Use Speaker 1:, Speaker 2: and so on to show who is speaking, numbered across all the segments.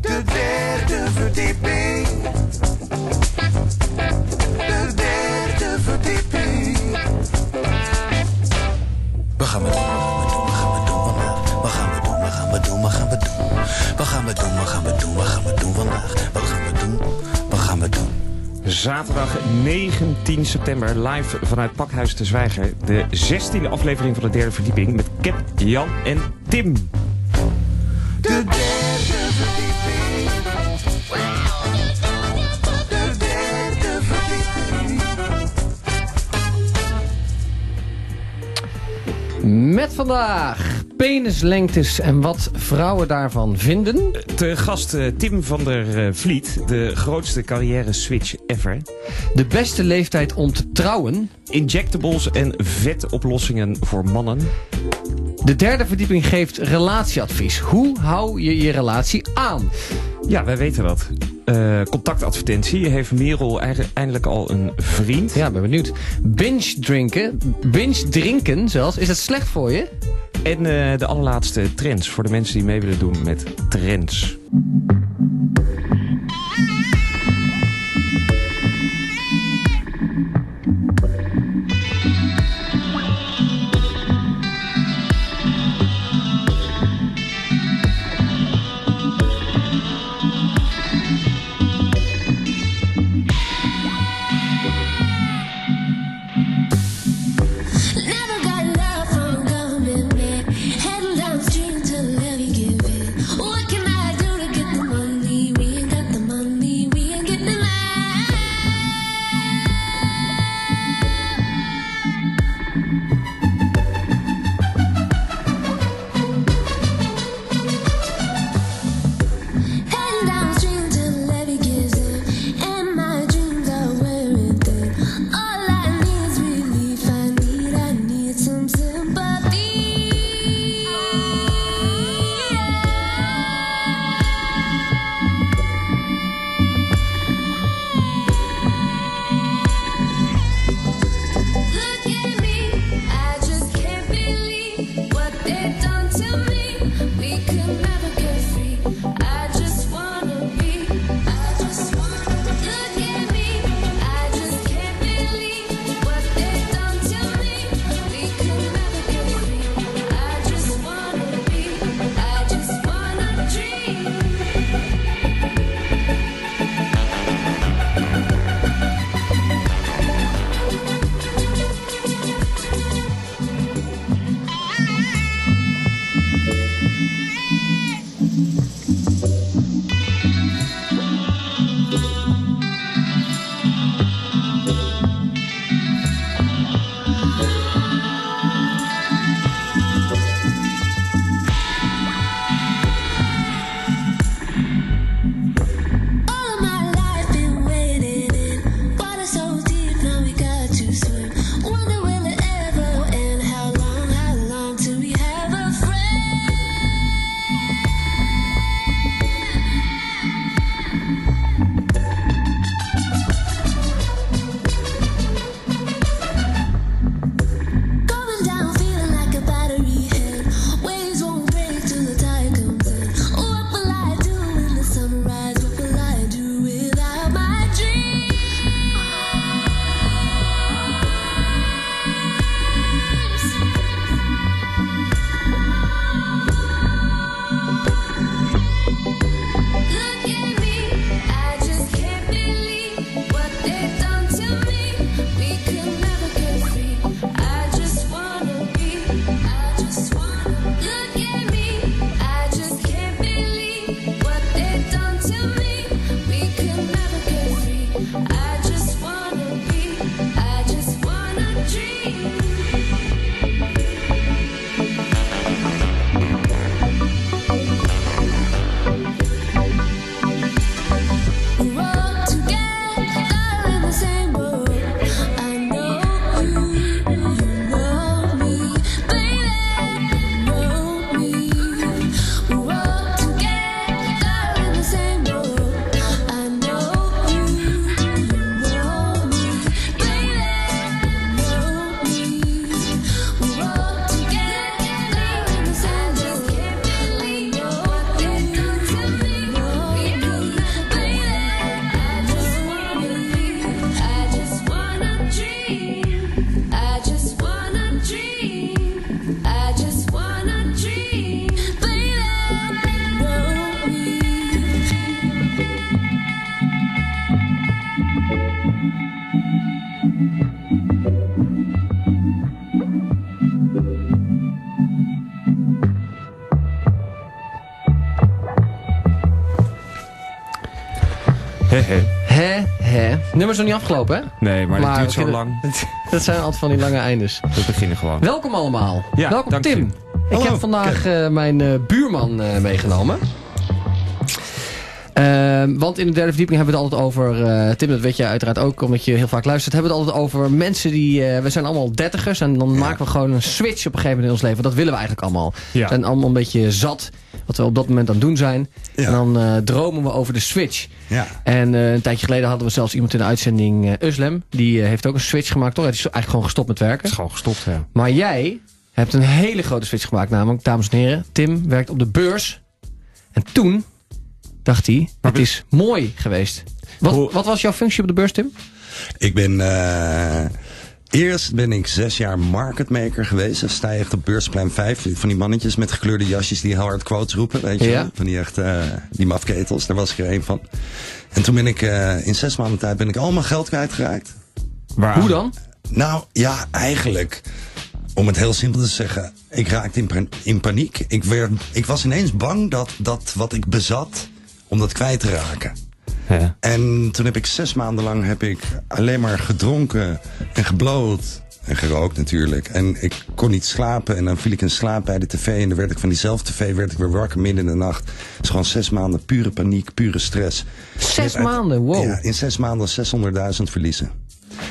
Speaker 1: De derde verdieping. De derde verdieping. Wat gaan we doen? Wat gaan we doen vandaag? Wat gaan we doen? Wat gaan we doen? Wat gaan we doen? Wat gaan we doen? Wat gaan we doen? Wat gaan we doen vandaag? Wat gaan we doen? Wat gaan we doen?
Speaker 2: Zaterdag 19 september, live vanuit Pakhuis de Zwijger. De 16e aflevering van de derde verdieping met Kep, Jan en Tim.
Speaker 1: De derde verdieping. De derde verdieping.
Speaker 3: Met vandaag penislengtes en wat vrouwen daarvan vinden.
Speaker 2: Te gast eh, Tim van der eh, Vliet, de grootste carrière switch ever.
Speaker 3: De beste leeftijd om te trouwen.
Speaker 2: Injectables en vetoplossingen voor mannen.
Speaker 3: De derde verdieping geeft relatieadvies. Hoe hou je je relatie aan?
Speaker 2: Ja, wij weten dat. Eh, contactadvertentie. Heeft Merel eigen- eindelijk al een vriend?
Speaker 3: Ja, ben benieuwd. Binge drinken, binge drinken zelfs, is dat slecht voor je?
Speaker 2: En eh, de allerlaatste trends voor de mensen die mee willen doen met trends.
Speaker 4: Never got love from government. Heading downstream till never give in. What can I do to get the money? We ain't got the money. We ain't getting the Heading downstream till the levee gives in, and my dreams are wearing thin. All I need is relief. I need, I need some sympathy. Look at me, I just can't believe what they've done to me. We could never get free. I just wanna be, I just wanna look at me. I just can't believe what they've done to me. We could never get free. I just wanna be, I just wanna dream. All of my life been waiting in water so deep, now we got to swim. Wonder will it ever end? How long, how long till we have a friend? Going down, feeling like a battery head. Waves won't break till the tide comes in. What will I do in the sunrise? What will I do without my dream? Look at me, I just can't believe what they've done to me. We could never get free. I just wanna be, I just wanna look at me. I just can't believe what they've done to me. We could never get free. I just wanna be, I just wanna dream. We're all together in the same boat.
Speaker 2: Hehe.
Speaker 3: Hè, hè. Nummer is nog niet afgelopen, hè?
Speaker 2: nee, maar, dat duurt
Speaker 3: we
Speaker 2: zo
Speaker 3: kunnen-
Speaker 2: lang.
Speaker 3: Dat zijn altijd van die lange eindes.
Speaker 2: We beginnen gewoon.
Speaker 3: Welkom allemaal.
Speaker 2: Ja,
Speaker 3: Welkom
Speaker 2: dank
Speaker 3: Tim.
Speaker 2: je.
Speaker 3: Ik heb vandaag eh, mijn eh, buurman eh, meegenomen. Ehm, want in de derde verdieping hebben we het altijd over... eh, Tim, dat weet je uiteraard ook, omdat je heel vaak luistert. Hebben we het altijd over mensen die... eh, we zijn allemaal dertigers en dan maken we gewoon een switch op een gegeven moment in ons leven. Dat willen we eigenlijk allemaal.
Speaker 2: Ja.
Speaker 3: We zijn allemaal een beetje zat wat we op dat moment aan het doen zijn.
Speaker 1: Ja.
Speaker 3: En dan eh, dromen we over de switch.
Speaker 1: Ja.
Speaker 3: En eh, een tijdje geleden hadden we zelfs iemand in de uitzending, eh Uslem. Die eh, heeft ook een switch gemaakt, toch? Hij is eigenlijk gewoon gestopt met werken.
Speaker 2: Het is gewoon gestopt, hè.
Speaker 3: Maar jij hebt een hele grote switch gemaakt. Namelijk, dames en heren, Tim werkt op de beurs. En toen dacht hij, het
Speaker 2: we-
Speaker 3: is mooi geweest. Wat,
Speaker 2: Hoe-
Speaker 3: wat was jouw functie op de beurs, Tim?
Speaker 1: Ik ben. eh, eerst ben ik zes jaar marketmaker geweest. Dan sta je echt op beursplein 5. Van die mannetjes met gekleurde jasjes die heel hard quotes roepen. Weet je? wel?
Speaker 3: Ja.
Speaker 1: Van die echt. eh, die mafketels. Daar was ik er een van. En toen ben ik. eh, in zes maanden tijd ben ik al mijn geld kwijtgeraakt. Ah.
Speaker 2: Waar-
Speaker 3: Hoe dan?
Speaker 1: Nou ja, eigenlijk. Om het heel simpel te zeggen. Ik raakte in, pan- in paniek. Ik, werd, ik was ineens bang dat, dat wat ik bezat. om dat kwijt te raken.
Speaker 2: Hè?
Speaker 1: En toen heb ik zes maanden lang heb ik alleen maar gedronken en gebloot. En gerookt natuurlijk. En ik kon niet slapen. En dan viel ik in slaap bij de tv. En dan werd ik van diezelfde tv werd ik weer wakker midden in de nacht. Het is gewoon zes maanden pure paniek, pure stress.
Speaker 3: Zes
Speaker 1: En uit-
Speaker 3: maanden, wow.
Speaker 1: Ja, in zes maanden 600.000 verliezen.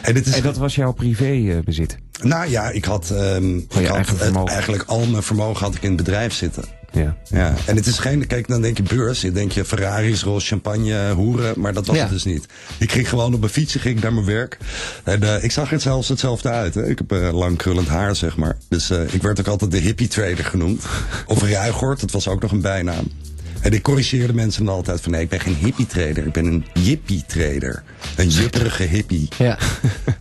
Speaker 1: En dit is
Speaker 2: En dat was jouw privébezit.
Speaker 1: nou ja, ik had, ehm, ik had
Speaker 2: eigen
Speaker 1: het-
Speaker 2: vermogen.
Speaker 1: eigenlijk al mijn vermogen had ik in het bedrijf zitten.
Speaker 2: Ja.
Speaker 1: Ja. En het is geen, kijk, dan denk je beurs, dan denk je Ferraris, roze champagne, hoeren, maar dat was
Speaker 3: Ja.
Speaker 1: het dus niet. Ik ging gewoon op mijn fietsje ging ik naar mijn werk. En eh, ik zag er zelfs hetzelfde uit. Hè. Ik heb eh, lang krullend haar, zeg maar. Dus eh, ik werd ook altijd de hippie trader genoemd. Of ruigort, dat was ook nog een bijnaam. En ik corrigeerde mensen dan altijd van nee, ik ben geen hippie trader, ik ben een jippie trader. Een jipperige hippie.
Speaker 3: Ja.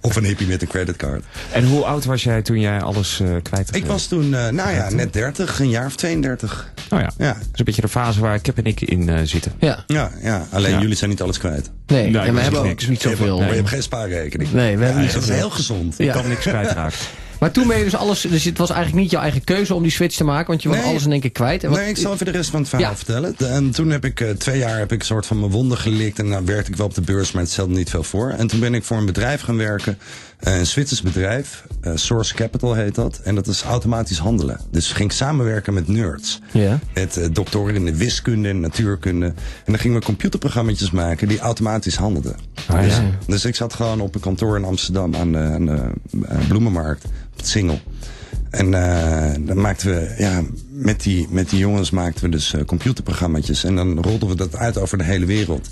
Speaker 1: Of een hippie met een creditcard.
Speaker 2: En hoe oud was jij toen jij alles eh kwijt
Speaker 1: Ik was toen, eh, nou ja, net 30, een jaar of 32.
Speaker 2: Nou ja.
Speaker 1: Ja.
Speaker 2: Dat is een beetje de fase waar Kip en ik in eh, zitten.
Speaker 3: ja.
Speaker 1: Ja, ja. alleen
Speaker 2: Ja.
Speaker 1: jullie zijn niet alles kwijt.
Speaker 3: Nee,
Speaker 2: Nee,
Speaker 3: en we
Speaker 2: dat is
Speaker 3: hebben ook
Speaker 2: niks.
Speaker 3: niet zoveel.
Speaker 1: Maar je hebt geen spaarrekening.
Speaker 3: Nee, we hebben niet
Speaker 1: dat is
Speaker 3: zoveel.
Speaker 1: heel gezond.
Speaker 3: Ja.
Speaker 2: Ik kan niks kwijtraakt.
Speaker 3: Maar toen ben je dus alles... Dus het was eigenlijk niet jouw eigen keuze om die switch te maken. Want je was
Speaker 1: Nee.
Speaker 3: alles in één keer kwijt. En wat-
Speaker 1: Nee, ik zal even de rest van het verhaal
Speaker 3: Ja.
Speaker 1: vertellen. De- En toen heb ik eh, twee jaar heb ik een soort van mijn wonden gelikt. En dan werkte ik wel op de beurs, maar het stelde niet veel voor. En toen ben ik voor een bedrijf gaan werken. eh, Een Zwitsers bedrijf. eh, Source Capital heet dat. En dat is automatisch handelen. Dus ging ik samenwerken met nerds.
Speaker 3: Ja.
Speaker 1: Met eh, doktoren in de wiskunde en natuurkunde. En dan gingen we computerprogramma's maken die automatisch handelden.
Speaker 2: Ah,
Speaker 1: dus,
Speaker 2: ja.
Speaker 1: dus ik zat gewoon op een kantoor in Amsterdam aan de, aan de eh, Bloemenmarkt. Op het Singel. En eh, dan maakten we, ja, met die, met die jongens maakten we dus eh, computerprogramma's. En dan rolden we dat uit over de hele wereld.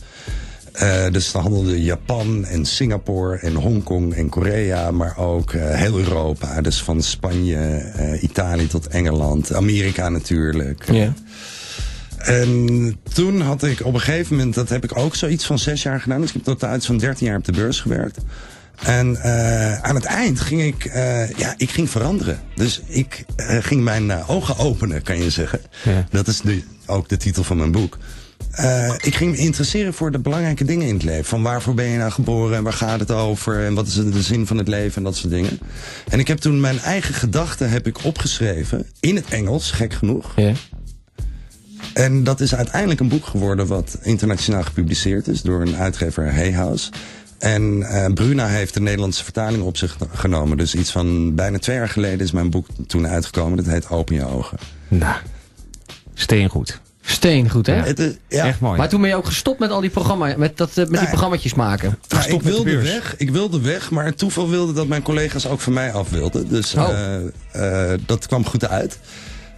Speaker 1: Eh, dus dan handelden Japan en Singapore en Hongkong en Korea, maar ook eh, heel Europa. Dus van Spanje, eh, Italië tot Engeland, Amerika natuurlijk.
Speaker 3: Ja.
Speaker 1: En toen had ik op een gegeven moment, dat heb ik ook zoiets van zes jaar gedaan. Dus ik heb tot de uit van 13 jaar op de beurs gewerkt. En eh, aan het eind ging ik, eh, ja, ik ging veranderen. Dus ik eh, ging mijn eh, ogen openen, kan je zeggen.
Speaker 2: Ja.
Speaker 1: Dat is de, ook de titel van mijn boek. Eh, ik ging me interesseren voor de belangrijke dingen in het leven. Van waarvoor ben je nou geboren en waar gaat het over? En wat is de zin van het leven en dat soort dingen. En ik heb toen mijn eigen gedachten heb ik opgeschreven. In het Engels, gek genoeg.
Speaker 3: Ja.
Speaker 1: En dat is uiteindelijk een boek geworden wat internationaal gepubliceerd is door een uitgever Hay House. En eh, Bruna heeft de Nederlandse vertaling op zich genomen. Dus iets van bijna twee jaar geleden is mijn boek toen uitgekomen. Dat heet Open je ogen.
Speaker 2: Nou. Steengoed.
Speaker 3: Steen goed, hè?
Speaker 1: Het is, ja,
Speaker 2: Echt mooi.
Speaker 3: Maar toen ben je ook gestopt met al die programma's. Met, dat, eh, met die
Speaker 1: Nee.
Speaker 3: programmaatjes maken.
Speaker 1: Nou, ik
Speaker 2: Gestopt met de
Speaker 1: wilde
Speaker 2: beurs.
Speaker 1: weg, ik wilde weg, maar het toeval wilde dat mijn collega's ook van mij af wilden. Dus
Speaker 3: Oh.
Speaker 1: eh, eh, dat kwam goed uit.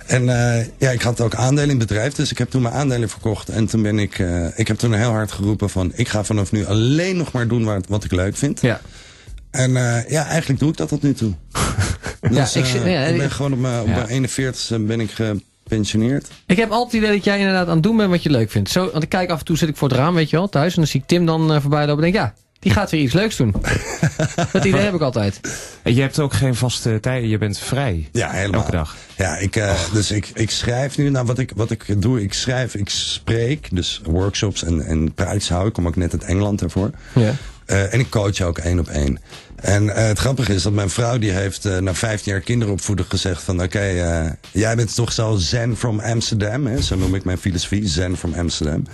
Speaker 1: En eh, ja, ik had ook aandelen in het bedrijf, dus ik heb toen mijn aandelen verkocht. En toen ben ik, eh, ik heb toen heel hard geroepen van, ik ga vanaf nu alleen nog maar doen wat, wat ik leuk vind.
Speaker 3: Ja.
Speaker 1: En eh, ja, eigenlijk doe ik dat tot nu toe. dus,
Speaker 3: ik
Speaker 1: ik,
Speaker 3: zit- ja,
Speaker 1: ik
Speaker 3: ik-
Speaker 1: ben gewoon op mijn, op
Speaker 2: Ja.
Speaker 1: mijn 41 e ben ik gepensioneerd.
Speaker 3: Ik heb altijd het idee dat jij inderdaad aan het doen bent wat je leuk vindt. Zo, want ik kijk af en toe, zit ik voor het raam, weet je wel, thuis. En dan zie ik Tim dan eh, voorbij lopen en denk ik, ja, die gaat weer iets leuks doen. dat idee heb ik altijd.
Speaker 2: En je hebt ook geen vaste tijd. Je bent vrij.
Speaker 1: Ja, helemaal.
Speaker 2: Elke dag.
Speaker 1: Ja, ik, eh, dus ik, ik schrijf nu. Nou, wat ik, wat ik doe, ik schrijf, ik spreek. Dus workshops en, en praatjes hou. Ik kom ook net uit Engeland daarvoor.
Speaker 3: Ja.
Speaker 1: Eh, en ik coach ook één op één. En eh, het grappige is dat mijn vrouw die heeft eh, na 15 jaar kinderopvoeden gezegd van... oké, eh, jij bent toch zo zen from Amsterdam, hè? zo noem ik mijn filosofie, zen from Amsterdam.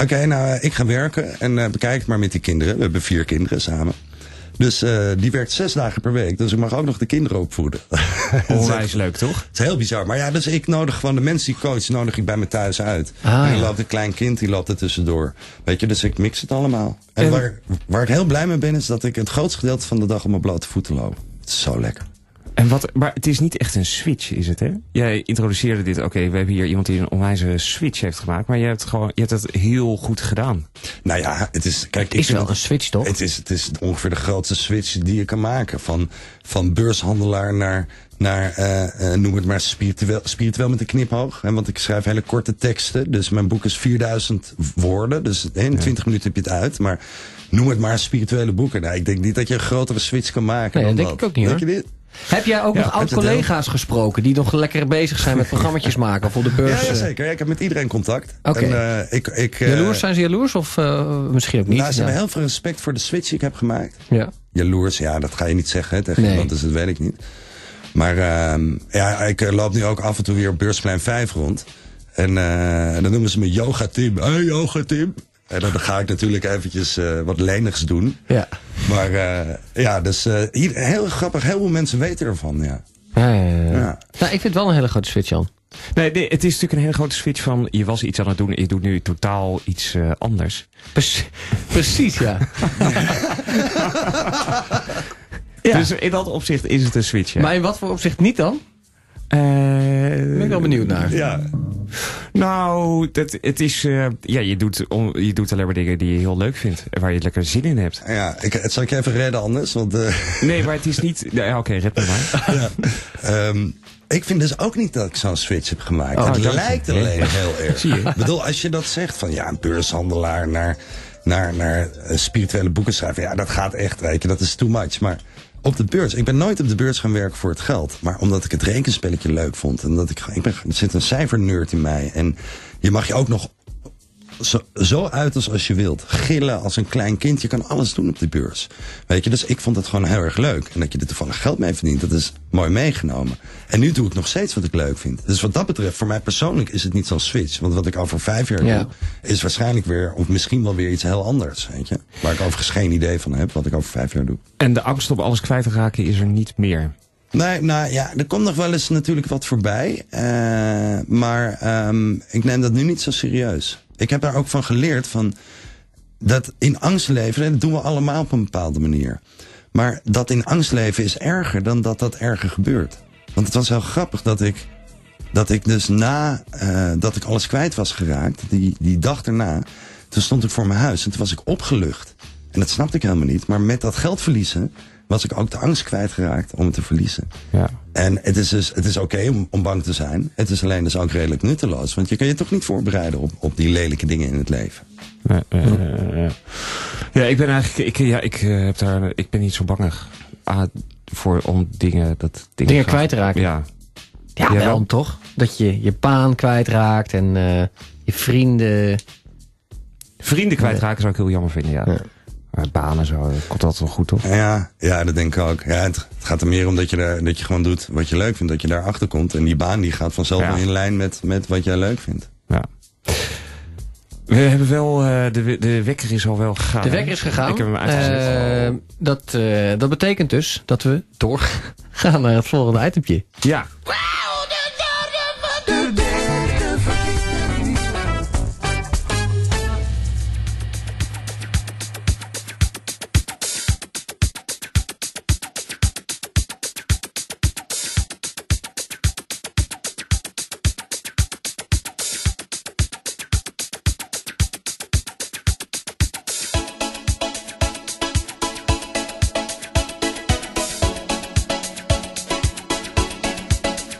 Speaker 1: Oké, nou, eh, ik ga werken en eh, bekijk het maar met die kinderen. We hebben vier kinderen samen. Dus eh, die werkt zes dagen per week, dus ik mag ook nog de kinderen opvoeden.
Speaker 2: Onwijs leuk, toch?
Speaker 1: Het is heel bizar. Maar ja, dus ik nodig gewoon de mensen die ik coach, nodig ik bij me thuis uit.
Speaker 3: Ah,
Speaker 1: en die
Speaker 3: ja.
Speaker 1: loopt een klein kind, die loopt er tussendoor. Weet je, dus ik mix het allemaal. En, waar, waar ik heel blij mee ben, is dat ik het grootste gedeelte van de dag op mijn blote voeten loop. Het is zo lekker.
Speaker 2: En wat, maar het is niet echt een switch, is het, hè? Jij introduceerde dit, oké, we hebben hier iemand die een onwijze switch heeft gemaakt. Maar je hebt, gewoon, je hebt het heel goed gedaan.
Speaker 1: Nou ja, het is... Kijk, ik
Speaker 3: Is
Speaker 1: vind
Speaker 3: wel
Speaker 1: het-
Speaker 3: een switch, toch?
Speaker 1: Het is, het is ongeveer de grootste switch die je kan maken. Van, van beurshandelaar naar, naar eh, eh, noem het maar, spiritueel, spiritueel met een kniphoog. Hè, want ik schrijf hele korte teksten. Dus mijn boek is 4000 woorden. Dus in 20 minuten heb je het uit. Maar noem het maar spirituele boeken. Nou, ik denk niet dat je een grotere switch kan maken.
Speaker 3: Nee,
Speaker 1: dan
Speaker 3: dat denk
Speaker 1: dat.
Speaker 3: ik ook niet,
Speaker 1: Denk
Speaker 3: hoor.
Speaker 1: je dit?
Speaker 3: Heb jij ook
Speaker 1: Ja,
Speaker 3: nog
Speaker 1: heb het
Speaker 3: oud-collega's gesproken die nog lekker bezig zijn met programma's maken of op de
Speaker 1: Ja,
Speaker 3: beurs?
Speaker 1: ja,
Speaker 3: eh?
Speaker 1: zeker. Ja, ik heb met iedereen contact.
Speaker 3: Oké.
Speaker 1: En, eh, ik, ik, eh,
Speaker 3: Jaloers? Zijn ze jaloers of eh, misschien ook niet?
Speaker 1: Nou, ze hebben
Speaker 3: ja.
Speaker 1: heel veel respect voor de switch die ik heb gemaakt.
Speaker 3: Ja.
Speaker 1: jaloers. Ja, dat ga je niet zeggen hè, tegen
Speaker 3: Nee.
Speaker 1: iemand, dus dat weet ik niet. Maar ehm, ja, ik eh, loop nu ook af en toe weer op Beursplein 5 rond. En eh, dan noemen ze me Yoga Tim. Hey, Yoga Tim. En dan ga ik natuurlijk eventjes eh, wat lenigs doen.
Speaker 3: Ja.
Speaker 1: Maar eh, ja, dus eh, hier, heel grappig. Heel veel mensen weten ervan, ja.
Speaker 3: Ja, ja, ja, ja.
Speaker 1: Ja.
Speaker 3: Nou, ik vind het wel een hele grote switch, Jan.
Speaker 2: Nee, nee, het is natuurlijk een hele grote switch van je was iets aan het doen en je doet nu totaal iets eh, anders.
Speaker 3: Precies, precies ja. Ja.
Speaker 2: Dus in dat opzicht is het een switch. Ja.
Speaker 3: Maar in wat voor opzicht niet dan?
Speaker 2: Eh,
Speaker 3: Ben ik wel benieuwd naar.
Speaker 1: ja.
Speaker 2: Nou, dat, het is, eh, ja, je, doet, on- je doet alleen maar dingen die je heel leuk vindt en waar je lekker zin in hebt.
Speaker 1: Ja, ik, zal ik je even redden anders? Want eh,
Speaker 2: Nee, maar het is niet. Ja, oké, red me maar.
Speaker 1: Ehm, ik vind dus ook niet dat ik zo'n switch heb gemaakt.
Speaker 2: Oh,
Speaker 1: het
Speaker 2: dank je.
Speaker 1: lijkt alleen heel erg. Ik bedoel, als je dat zegt van ja, een beurshandelaar naar, naar, naar eh, spirituele boeken schrijven. Ja, dat gaat echt, weet je, dat is too much. Maar op de beurs, ik ben nooit op de beurs gaan werken voor het geld. Maar omdat ik het rekenspelletje leuk vond. En dat ik, ik ben, er zit een cijferneurt in mij. En je mag je ook nog zo, zo uit als, als je wilt. Gillen als een klein kind. Je kan alles doen op die beurs. Weet je, dus ik vond het gewoon heel erg leuk. En dat je er toevallig geld mee verdient, dat is mooi meegenomen. En nu doe ik nog steeds wat ik leuk vind. Dus wat dat betreft, voor mij persoonlijk is het niet zo'n switch. Want wat ik over vijf jaar
Speaker 3: Ja.
Speaker 1: doe, is waarschijnlijk weer, of misschien wel weer iets heel anders. Weet je? Waar ik overigens geen idee van heb, wat ik over vijf jaar doe.
Speaker 2: En de angst om alles kwijt te raken is er niet meer.
Speaker 1: Nee, nou ja, er komt nog wel eens natuurlijk wat voorbij. eh, maar ehm, ik neem dat nu niet zo serieus. Ik heb daar ook van geleerd van dat in angst leven, en dat doen we allemaal op een bepaalde manier. Maar dat in angst leven is erger dan dat dat erger gebeurt. Want het was heel grappig dat ik, dat ik dus na eh, dat ik alles kwijt was geraakt, die, die dag daarna, toen stond ik voor mijn huis en toen was ik opgelucht. En dat snapte ik helemaal niet. Maar met dat geld verliezen was ik ook de angst kwijtgeraakt om het te verliezen.
Speaker 2: Ja.
Speaker 1: En het is dus, het is oké om, om bang te zijn. Het is alleen dus ook redelijk nutteloos. Want je kan je toch niet voorbereiden op, op die lelijke dingen in het leven.
Speaker 2: Eh, eh, eh, eh. ja, ik ben eigenlijk. Ik, ja, ik, eh, heb daar, ik ben niet zo bangig ah, voor om dingen. Dat dingen
Speaker 3: Dingen
Speaker 2: gaan-
Speaker 3: kwijt te raken.
Speaker 2: Ja.
Speaker 3: Ja,
Speaker 2: Ja,
Speaker 3: wel,
Speaker 2: wel.
Speaker 3: toch? Dat je je baan kwijtraakt en eh, je vrienden.
Speaker 2: Ah, Vrienden kwijtraken zou ik heel jammer vinden, ja.
Speaker 3: Ja.
Speaker 2: Maar banen zo, dat komt altijd wel goed, toch?
Speaker 1: Ja, ja dat denk ik ook. Ja, het, het gaat er meer om dat je, daar, dat je gewoon doet wat je leuk vindt. Dat je daarachter komt. En die baan die gaat vanzelf
Speaker 2: Ja.
Speaker 1: wel in lijn met, met wat jij leuk vindt.
Speaker 2: Ja. We hebben wel, eh, de, we- de wekker is al wel gegaan.
Speaker 3: De
Speaker 2: hè?
Speaker 3: wekker is gegaan.
Speaker 2: Ik heb hem uitgezet.
Speaker 3: Eh, dat, eh, dat betekent dus dat we door gaan naar het volgende itempje.
Speaker 2: ja.
Speaker 5: Thank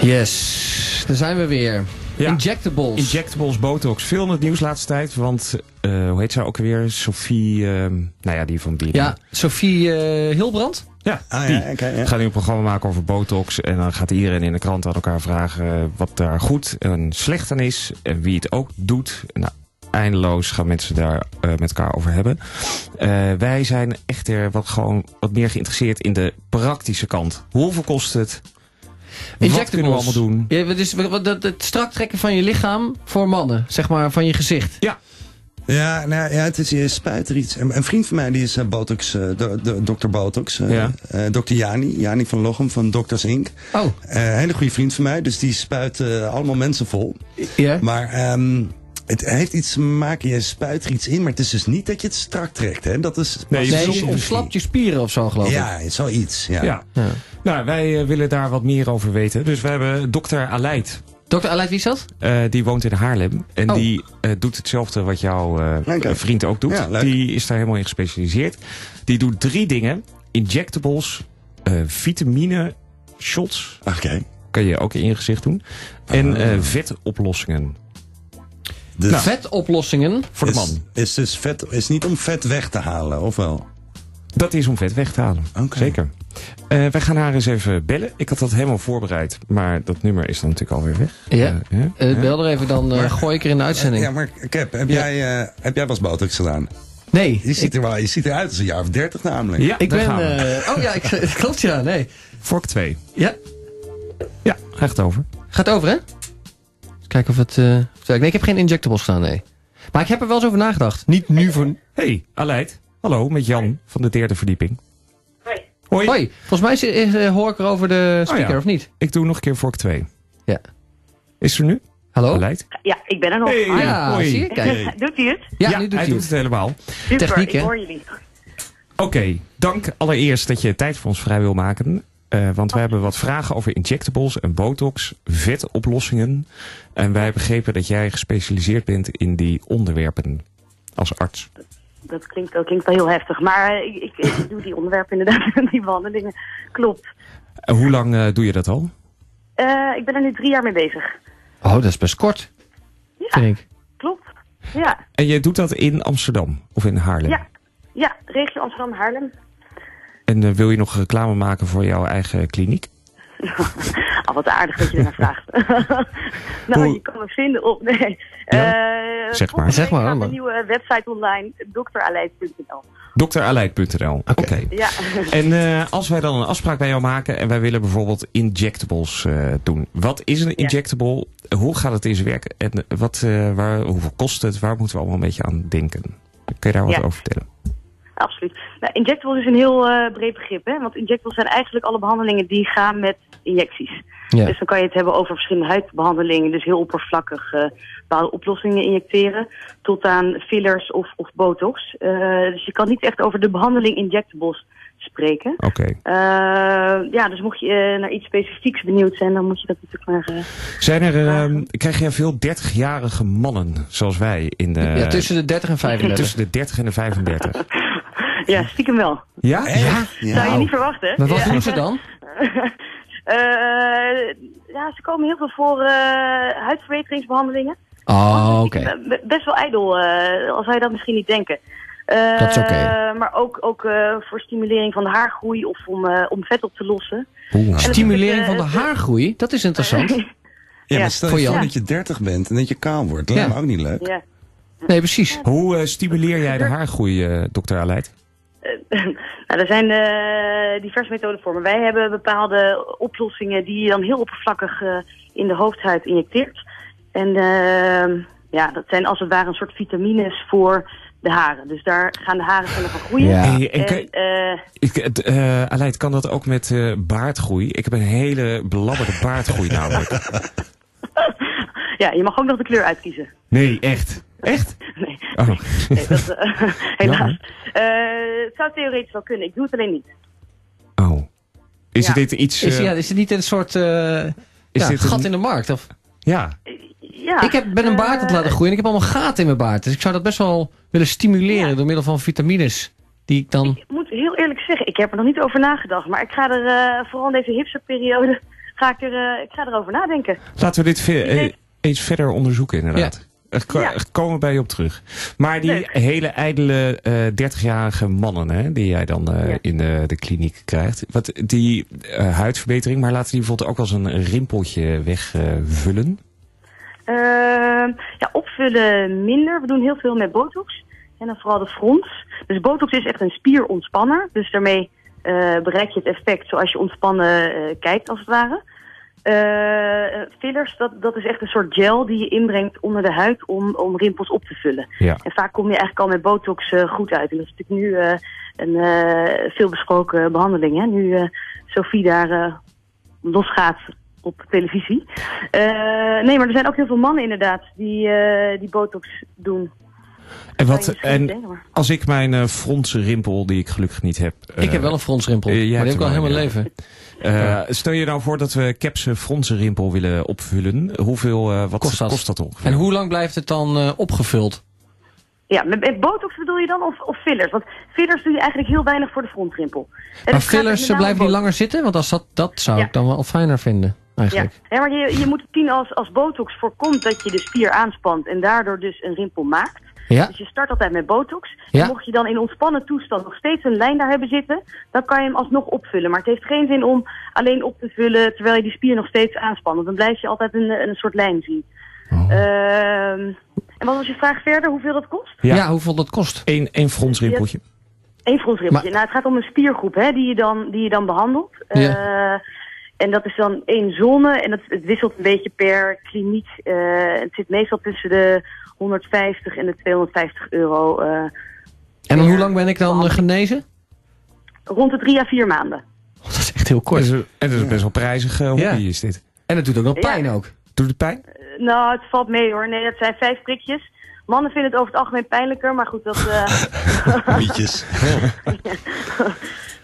Speaker 3: Yes, daar zijn we weer.
Speaker 2: Ja.
Speaker 3: Injectables.
Speaker 2: Injectables, botox. Veel in het nieuws laatste tijd. Want, eh, hoe heet zij ook weer? Sophie, ehm, nou ja, die van Bier.
Speaker 3: ja, Sophie eh Hilbrand.
Speaker 2: ja,
Speaker 1: Ah
Speaker 2: die.
Speaker 1: ja, oké. ja.
Speaker 2: We gaan nu een programma maken over botox. En dan gaat iedereen in de krant aan elkaar vragen eh, wat daar goed en slecht aan is. En wie het ook doet. Nou, eindeloos gaan mensen daar eh, met elkaar over hebben. Eh, wij zijn echter wat, gewoon wat meer geïnteresseerd in de praktische kant. Hoeveel kost het? Wat kunnen we
Speaker 3: Injectables.
Speaker 2: allemaal doen?
Speaker 3: Ja, wat is, wat, dat, het strak trekken van je lichaam voor mannen, zeg maar, van je gezicht.
Speaker 1: Ja, nou, ja, het is je spuit er iets. Een, een vriend van mij die is eh, botox, eh, do- do- dokter Botox. eh
Speaker 2: Ja.
Speaker 1: eh, dokter Jani, Jani van Lochem van Doctors Inc.
Speaker 3: Oh,
Speaker 1: Eh, een hele goede vriend van mij, dus die spuit eh, allemaal mensen vol.
Speaker 3: ja.
Speaker 1: Maar ehm, het heeft iets te maken, je spuit er iets in, maar het is dus niet dat je het strak trekt. Hè? Dat is
Speaker 2: Nee,
Speaker 3: Nee,
Speaker 2: precies.
Speaker 3: je ontslapt je spieren of zo, geloof ik.
Speaker 1: Ja, zoiets. Ja.
Speaker 2: dus Ja.
Speaker 3: Ja.
Speaker 2: Nou, wij eh, willen daar wat meer over weten. Dus we hebben dokter Aleid.
Speaker 3: Dokter Aleid, wie is dat?
Speaker 2: Eh, die woont in Haarlem. En
Speaker 3: Oh.
Speaker 2: die eh, doet hetzelfde wat jouw eh,
Speaker 1: Ja, kijk.
Speaker 2: vriend ook doet.
Speaker 1: Ja, leuk.
Speaker 2: die is daar helemaal in gespecialiseerd. Die doet drie dingen. Injectables, eh, vitamine shots.
Speaker 1: Oké.
Speaker 2: Kan je ook in je gezicht doen. En
Speaker 3: Ah.
Speaker 2: eh, vetoplossingen.
Speaker 1: Dus
Speaker 3: Vetoplossingen.
Speaker 2: Voor de
Speaker 1: is-
Speaker 2: man.
Speaker 1: Is, dus vet, is niet om vet weg te halen, of wel?
Speaker 2: Dat is om vet weg te halen.
Speaker 1: Oké.
Speaker 2: Zeker. Eh, wij gaan haar eens even bellen. Ik had dat helemaal voorbereid. Maar dat nummer is dan natuurlijk alweer weg.
Speaker 3: Ja.
Speaker 2: Eh, hè?
Speaker 3: Eh, bel er even, dan eh, gooi ik er in de uitzending.
Speaker 1: Ja, maar Cap, heb, jij, eh, heb jij wel eens botox gedaan?
Speaker 3: Nee,
Speaker 1: Je
Speaker 3: ik,
Speaker 1: ziet, er wel, je ziet eruit als een jaar of dertig namelijk.
Speaker 2: Ja,
Speaker 3: ik
Speaker 2: daar
Speaker 3: ben...
Speaker 2: gaan we.
Speaker 3: eh, oh ja, ik, klopt ja, nee.
Speaker 2: Vork 2.
Speaker 3: Ja,
Speaker 2: Ja, echt over.
Speaker 3: Gaat over, hè? Eens kijken of het... eh, of het werkt. nee, ik heb geen injectables gedaan, nee. Maar ik heb er wel eens over nagedacht. Niet nu voor...
Speaker 2: Hey, Aleid. Hallo, met Jan van de derde verdieping.
Speaker 5: Hoi.
Speaker 2: Hoi.
Speaker 3: Hoi, volgens mij is, is- eh, hoor ik er over de speaker,
Speaker 2: Oh ja.
Speaker 3: of niet?
Speaker 2: Ik doe nog een keer vork 2.
Speaker 3: Ja.
Speaker 2: Is er nu?
Speaker 3: Hallo?
Speaker 2: Aleid?
Speaker 5: Ja, ik ben er nog.
Speaker 2: Hey.
Speaker 3: Oh. Ah,
Speaker 5: Hoi.
Speaker 3: ja,
Speaker 2: Hoi.
Speaker 3: zie je? Kijk.
Speaker 5: Doet u het?
Speaker 3: Ja, nu doet
Speaker 2: hij
Speaker 3: hij
Speaker 2: doet
Speaker 3: het.
Speaker 2: het helemaal.
Speaker 5: Super,
Speaker 3: Techniek, hè?
Speaker 5: ik hoor jullie.
Speaker 2: Oké, dank allereerst dat je tijd voor ons vrij wil maken. Eh, want
Speaker 5: Oh.
Speaker 2: we hebben wat vragen over injectables en botox, vetoplossingen. En wij begrepen dat jij gespecialiseerd bent in die onderwerpen als arts.
Speaker 5: Dat klinkt, dat klinkt wel heel heftig, maar eh, ik, ik, ik doe die onderwerpen inderdaad, die wandelingen. Klopt.
Speaker 2: En hoe lang eh, doe je dat al?
Speaker 5: Eh, ik ben er nu drie jaar mee bezig.
Speaker 3: Oh, dat is best kort,
Speaker 5: Ja,
Speaker 3: vind ik.
Speaker 5: klopt. Ja,
Speaker 2: En je doet dat in Amsterdam of in Haarlem?
Speaker 5: ja, ja, regio Amsterdam-Haarlem.
Speaker 2: En eh, wil je nog reclame maken voor jouw eigen kliniek?
Speaker 5: Oh, wat aardig dat je ernaar vraagt. nou,
Speaker 2: Hoe-
Speaker 5: je kan me vinden op... Nee. Eh,
Speaker 2: zeg maar.
Speaker 5: volgende
Speaker 3: Zeg maar,
Speaker 5: week staat
Speaker 3: maar.
Speaker 5: een nieuwe website online, dokteraleid.nl.
Speaker 2: Dokteraleid.nl. Oké.
Speaker 5: Ja,
Speaker 2: En eh, als wij dan een afspraak bij jou maken en wij willen bijvoorbeeld injectables eh, doen. Wat is een injectable? Hoe gaat het in zijn werk? En eh, wat, eh, waar, hoeveel kost het? Waar moeten we allemaal een beetje aan denken? Kun je daar wat
Speaker 5: Ja.
Speaker 2: over vertellen?
Speaker 5: absoluut. Nou, injectables is een heel eh, breed begrip, hè. Want injectables zijn eigenlijk alle behandelingen die gaan met injecties.
Speaker 3: Ja.
Speaker 5: Dus dan kan je het hebben over verschillende huidbehandelingen. Dus heel oppervlakkig eh, bepaalde oplossingen injecteren. Tot aan fillers of, of botox. Eh, dus je kan niet echt over de behandeling injectables spreken.
Speaker 2: Oké.
Speaker 5: Eh, ja, dus mocht je eh, naar iets specifieks benieuwd zijn, dan moet je dat natuurlijk maar... eh,
Speaker 2: Zijn er, ehm, krijg jij veel 30-jarige mannen zoals wij in de,
Speaker 3: ja, tussen de 30 en 35.
Speaker 2: tussen de 30 en de 35?
Speaker 5: ja, stiekem wel.
Speaker 2: ja? Ja.
Speaker 5: Zou
Speaker 3: Nou
Speaker 5: je niet verwachten.
Speaker 3: Maar wat
Speaker 5: ja.
Speaker 3: doen ze dan?
Speaker 5: Eh, ja, ze komen heel veel voor eh, huidverbeteringsbehandelingen.
Speaker 3: Oh, oké.
Speaker 5: Be- be- Best wel ijdel, eh, al zou je dat misschien niet denken. Eh,
Speaker 3: Dat is oké.
Speaker 5: Maar ook, ook eh, voor stimulering van de haargroei of om, eh, om vet op te lossen.
Speaker 2: Oeh.
Speaker 5: En-
Speaker 3: Stimulering van de
Speaker 5: Eh,
Speaker 3: haargroei, dat is interessant.
Speaker 1: Ja, maar
Speaker 5: Ja.
Speaker 1: stel
Speaker 3: Voor
Speaker 1: je voor
Speaker 3: Jan.
Speaker 1: dat je 30 bent en dat je kaal wordt. Dat lijkt
Speaker 3: Ja.
Speaker 1: me ook niet leuk.
Speaker 5: Ja.
Speaker 3: Nee, precies.
Speaker 2: Hoe eh, stimuleer jij de haargroei, eh dokter Aleid?
Speaker 5: Nou, er zijn eh, diverse methoden voor, maar wij hebben bepaalde oplossingen die je dan heel oppervlakkig eh, in de hoofdhuid injecteert. En eh, ja, dat zijn als het ware een soort vitamines voor de haren. Dus daar gaan de haren sneller van groeien.
Speaker 3: Ja.
Speaker 2: Hey, en kun-
Speaker 5: En, eh,
Speaker 2: Ik, het, eh, Aleid, kan dat ook met eh, baardgroei? Ik heb een hele belabberde baardgroei namelijk.
Speaker 5: ja, je mag ook nog de kleur uitkiezen.
Speaker 2: Nee, echt. Echt?
Speaker 5: Nee,
Speaker 2: Oh.
Speaker 5: nee, dat, eh, helaas.
Speaker 2: Jammer.
Speaker 5: Eh, het zou theoretisch wel kunnen, ik doe het alleen niet.
Speaker 2: oh. Is
Speaker 5: Ja.
Speaker 2: dit iets...
Speaker 3: Is,
Speaker 2: eh,
Speaker 3: ja, is het niet een soort eh, ja,
Speaker 2: dit
Speaker 3: gat
Speaker 2: een-
Speaker 3: in de markt? Of?
Speaker 2: ja.
Speaker 5: Ja,
Speaker 3: Ik heb, ben een baard aan het
Speaker 5: eh,
Speaker 3: laten groeien en ik heb allemaal gaten in mijn baard. Dus ik zou dat best wel willen stimuleren
Speaker 5: Ja.
Speaker 3: door middel van vitamines. Die ik dan...
Speaker 5: Ik moet heel eerlijk zeggen, ik heb er nog niet over nagedacht. Maar ik ga er eh, vooral in deze hipsterperiode ga ik, er, eh, ik ga erover nadenken.
Speaker 2: Laten we dit ve- eh, eens verder onderzoeken, inderdaad. Er ko-
Speaker 5: Ja.
Speaker 2: er komen we bij je op terug. Maar die
Speaker 5: Leuk.
Speaker 2: hele ijdele eh 30-jarige mannen hè, die jij dan eh,
Speaker 5: Ja.
Speaker 2: in de, de kliniek krijgt. Wat, die eh, huidverbetering, maar laten die bijvoorbeeld ook als een rimpeltje wegvullen.
Speaker 5: Ehm, ja, opvullen minder. We doen heel veel met botox. En dan vooral de frons. Dus botox is echt een spierontspanner. Dus daarmee eh, bereik je het effect zoals je ontspannen eh, kijkt, als het ware. Eh, fillers, dat, dat is echt een soort gel die je inbrengt onder de huid om, om rimpels op te vullen.
Speaker 2: Ja.
Speaker 5: En vaak kom je eigenlijk al met botox eh, goed uit. En dat is natuurlijk nu eh, een eh veelbesproken behandeling. Hè? Nu eh, Sophie daar eh, losgaat op televisie. Eh, nee, maar er zijn ook heel veel mannen inderdaad die, eh, die botox doen.
Speaker 2: En,
Speaker 5: Kan
Speaker 2: wat,
Speaker 5: je misschien niet
Speaker 2: en
Speaker 5: denken, maar-
Speaker 2: als ik mijn eh, fronse rimpel, die ik gelukkig niet heb.
Speaker 3: ik
Speaker 2: eh,
Speaker 3: heb wel een fronsrimpel,
Speaker 2: eh, jij
Speaker 3: maar die
Speaker 2: hebt
Speaker 3: heb ik al
Speaker 2: hem
Speaker 3: heel
Speaker 2: wel,
Speaker 3: mijn
Speaker 2: ja.
Speaker 3: leven.
Speaker 2: eh, stel je nou voor dat we Capse fronse rimpel willen opvullen. Hoeveel eh, wat
Speaker 3: Kost dat?
Speaker 2: ongeveer?
Speaker 3: En hoe lang blijft het dan eh, opgevuld?
Speaker 5: Ja, met, met botox bedoel je dan of, of fillers? Want fillers doe je eigenlijk heel weinig voor de frontrimpel. En het
Speaker 3: Maar
Speaker 5: gaat
Speaker 3: fillers,
Speaker 5: inderdaad
Speaker 3: eh, blijven die
Speaker 5: om
Speaker 3: langer zitten? Want als dat, dat zou
Speaker 5: Ja.
Speaker 3: ik dan wel fijner vinden,
Speaker 5: Ja.
Speaker 3: eigenlijk.
Speaker 5: ja, maar je, je moet het zien als, als botox voorkomt dat je de spier aanspant en daardoor dus een rimpel maakt.
Speaker 3: Ja?
Speaker 5: Dus je start altijd met botox.
Speaker 3: Ja.
Speaker 5: En mocht je dan in ontspannen toestand nog steeds een lijn daar hebben zitten, dan kan je hem alsnog opvullen. Maar het heeft geen zin om alleen op te vullen terwijl je die spier nog steeds aanspant. Want dan blijf je altijd een, een soort lijn zien. Ehm, en wat was je vraag verder? Hoeveel dat kost?
Speaker 2: Ja.
Speaker 3: Ja. hoeveel dat kost?
Speaker 2: Eén, één frons rimpeltje.
Speaker 5: Eén fronsrimpeltje. Nou, het gaat om een spiergroep hè, die, je dan, die je dan behandelt. Eh, en dat is dan één zone. En dat, het wisselt een beetje per kliniek. Eh, het zit meestal tussen de 150 en de 250 euro. eh,
Speaker 3: En dan
Speaker 5: Ja.
Speaker 3: hoe lang ben ik dan eh, genezen?
Speaker 5: rond de drie à vier maanden.
Speaker 3: Oh, dat is echt heel
Speaker 2: Dat
Speaker 3: kort.
Speaker 2: is een- En dat is best wel prijzig eh, hobby
Speaker 3: Ja.
Speaker 2: is dit.
Speaker 3: En het doet ook nog
Speaker 5: Ja.
Speaker 3: pijn ook.
Speaker 2: Doet het pijn?
Speaker 5: Eh, nou, het valt mee hoor. Nee, dat zijn vijf prikjes. Mannen vinden het over het algemeen pijnlijker, maar goed, dat... eh,
Speaker 1: Mietjes.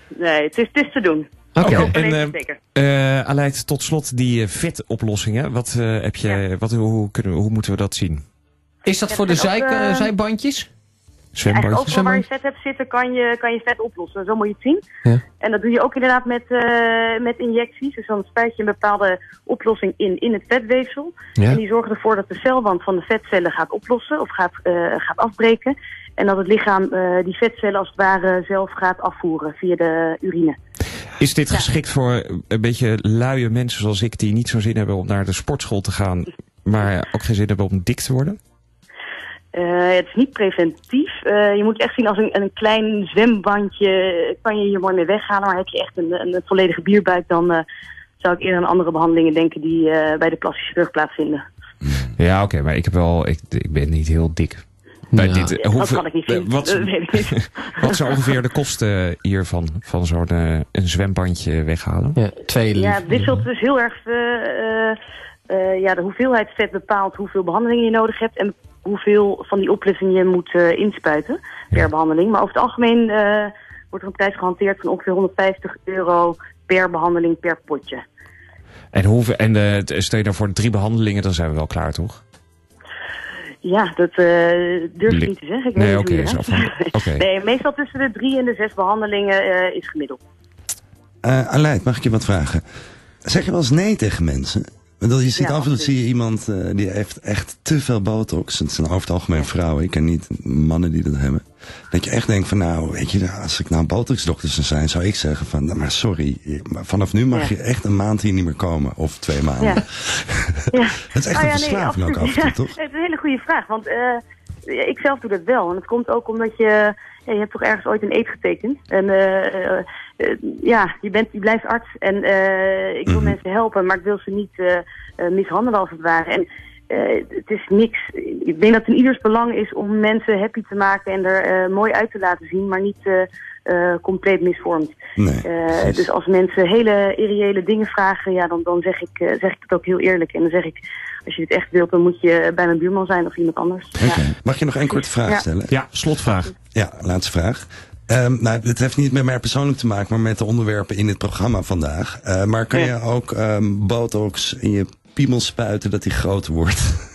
Speaker 5: nee, het is, het is te doen.
Speaker 3: Oké.
Speaker 2: Oké. En,
Speaker 5: En,
Speaker 2: eh,
Speaker 5: zeker.
Speaker 2: Eh Aleid, tot slot die eh, vetoplossingen. Wat, eh, heb je, wat, hoe, kunnen, we- hoe moeten we dat zien?
Speaker 3: Is dat
Speaker 5: Ja,
Speaker 3: voor de
Speaker 5: dat zijn ook,
Speaker 3: zij-
Speaker 5: eh,
Speaker 3: zijbandjes?
Speaker 5: Eigenlijk
Speaker 2: Zwembadjes?
Speaker 5: overal waar je vet hebt zitten, kan je, kan je vet oplossen. Zo moet je het zien.
Speaker 3: Ja.
Speaker 5: En dat doe je ook inderdaad met, eh, met injecties. Dus dan spuit je een bepaalde oplossing in, in het vetweefsel. En die zorgen ervoor dat de celwand van de vetcellen gaat oplossen of gaat, eh, gaat afbreken. En dat het lichaam eh, die vetcellen als het ware zelf gaat afvoeren via de urine.
Speaker 2: Is dit geschikt voor een beetje luie mensen zoals ik... die niet zo'n zin hebben om naar de sportschool te gaan... maar ook geen zin hebben om dik te worden?
Speaker 5: Eh, het is niet preventief. Eh, je moet het echt zien als een, een klein zwembandje. Kan je hier mooi mee weghalen. Maar heb je echt een, een, volledige bierbuik, dan eh, zou ik eerder aan andere behandelingen denken die eh, bij de plastische chirurg plaatsvinden.
Speaker 2: Ja, oké, maar ik, heb wel, ik, ik ben niet heel dik. Bij
Speaker 3: Ja.
Speaker 2: dit, eh,
Speaker 5: Ja, dat
Speaker 2: hoeveel-
Speaker 5: kan ik niet
Speaker 2: eh,
Speaker 5: zien.
Speaker 2: Wat,
Speaker 5: Dat weet ik niet.
Speaker 2: wat zijn ongeveer de kosten hiervan? Van zo'n eh, een zwembandje weghalen?
Speaker 3: Ja, twee
Speaker 5: ja,
Speaker 3: lief.
Speaker 5: het wisselt dus heel erg. eh, eh, eh, ja, de hoeveelheid vet bepaalt hoeveel behandelingen je nodig hebt. En hoeveel van die oplossing je moet eh, inspuiten per behandeling. Maar over het algemeen eh, wordt er een prijs gehanteerd van ongeveer 150 euro per behandeling per potje.
Speaker 2: En, hoeveel, en eh, stel je daarvoor drie behandelingen, dan zijn we wel klaar, toch?
Speaker 5: Ja, dat eh durf
Speaker 2: Li-
Speaker 5: ik niet te zeggen. Ik
Speaker 2: Nee,
Speaker 5: weet
Speaker 2: oké,
Speaker 5: niet
Speaker 2: is
Speaker 5: hoe je dat-
Speaker 2: afhankelijk. Oké.
Speaker 5: Nee, meestal tussen de drie en de zes behandelingen eh, is gemiddeld.
Speaker 1: Eh Aleid, mag ik je wat vragen? Zeg je wel eens nee tegen mensen? Want je ziet
Speaker 5: Ja,
Speaker 1: af en toe
Speaker 5: absoluut.
Speaker 1: zie je iemand eh, die heeft echt te veel botox. Het zijn over het algemeen vrouwen. Ik ken niet mannen die dat hebben. Dat je echt denkt van nou, weet je, nou, als ik nou botoxdokter zou zijn, zou ik zeggen van, nou, maar sorry, je- maar vanaf nu mag
Speaker 5: Ja.
Speaker 1: je echt een maand hier niet meer komen. Of twee maanden.
Speaker 5: Ja. Ja.
Speaker 1: Het is echt
Speaker 5: Ah,
Speaker 1: een verslaving ook af en toe,
Speaker 5: absoluut.
Speaker 1: toch?
Speaker 5: Nee, het is een hele goede vraag, want eh, ik zelf doe dat wel. En het komt ook omdat je, ja, je hebt toch ergens ooit een eet getekend. En eh, eh, eh, ja, je, bent, je blijft arts en eh, ik wil
Speaker 1: Mhm.
Speaker 5: mensen helpen, maar ik wil ze niet eh, eh, mishandelen als het ware. En eh, het is niks. Ik denk dat het in ieders belang is om mensen happy te maken en er eh, mooi uit te laten zien, maar niet eh, eh, compleet misvormd.
Speaker 1: Nee.
Speaker 5: Eh,
Speaker 1: precies.
Speaker 5: dus als mensen hele irreële dingen vragen, ja, dan, dan zeg, ik, eh, zeg ik het ook heel eerlijk. En dan zeg ik, als je het echt wilt, dan moet je bij mijn buurman zijn of iemand anders.
Speaker 1: Oké.
Speaker 5: Ja.
Speaker 1: Mag je nog één korte vraag
Speaker 5: Ja.
Speaker 1: stellen?
Speaker 2: Ja, slotvraag.
Speaker 1: Ja, laatste vraag. Ehm, nou, het heeft niet met mij persoonlijk te maken, maar met de onderwerpen in dit programma vandaag. Eh, maar kan
Speaker 5: Ja.
Speaker 1: je ook ehm botox in je piemel spuiten dat die groter wordt?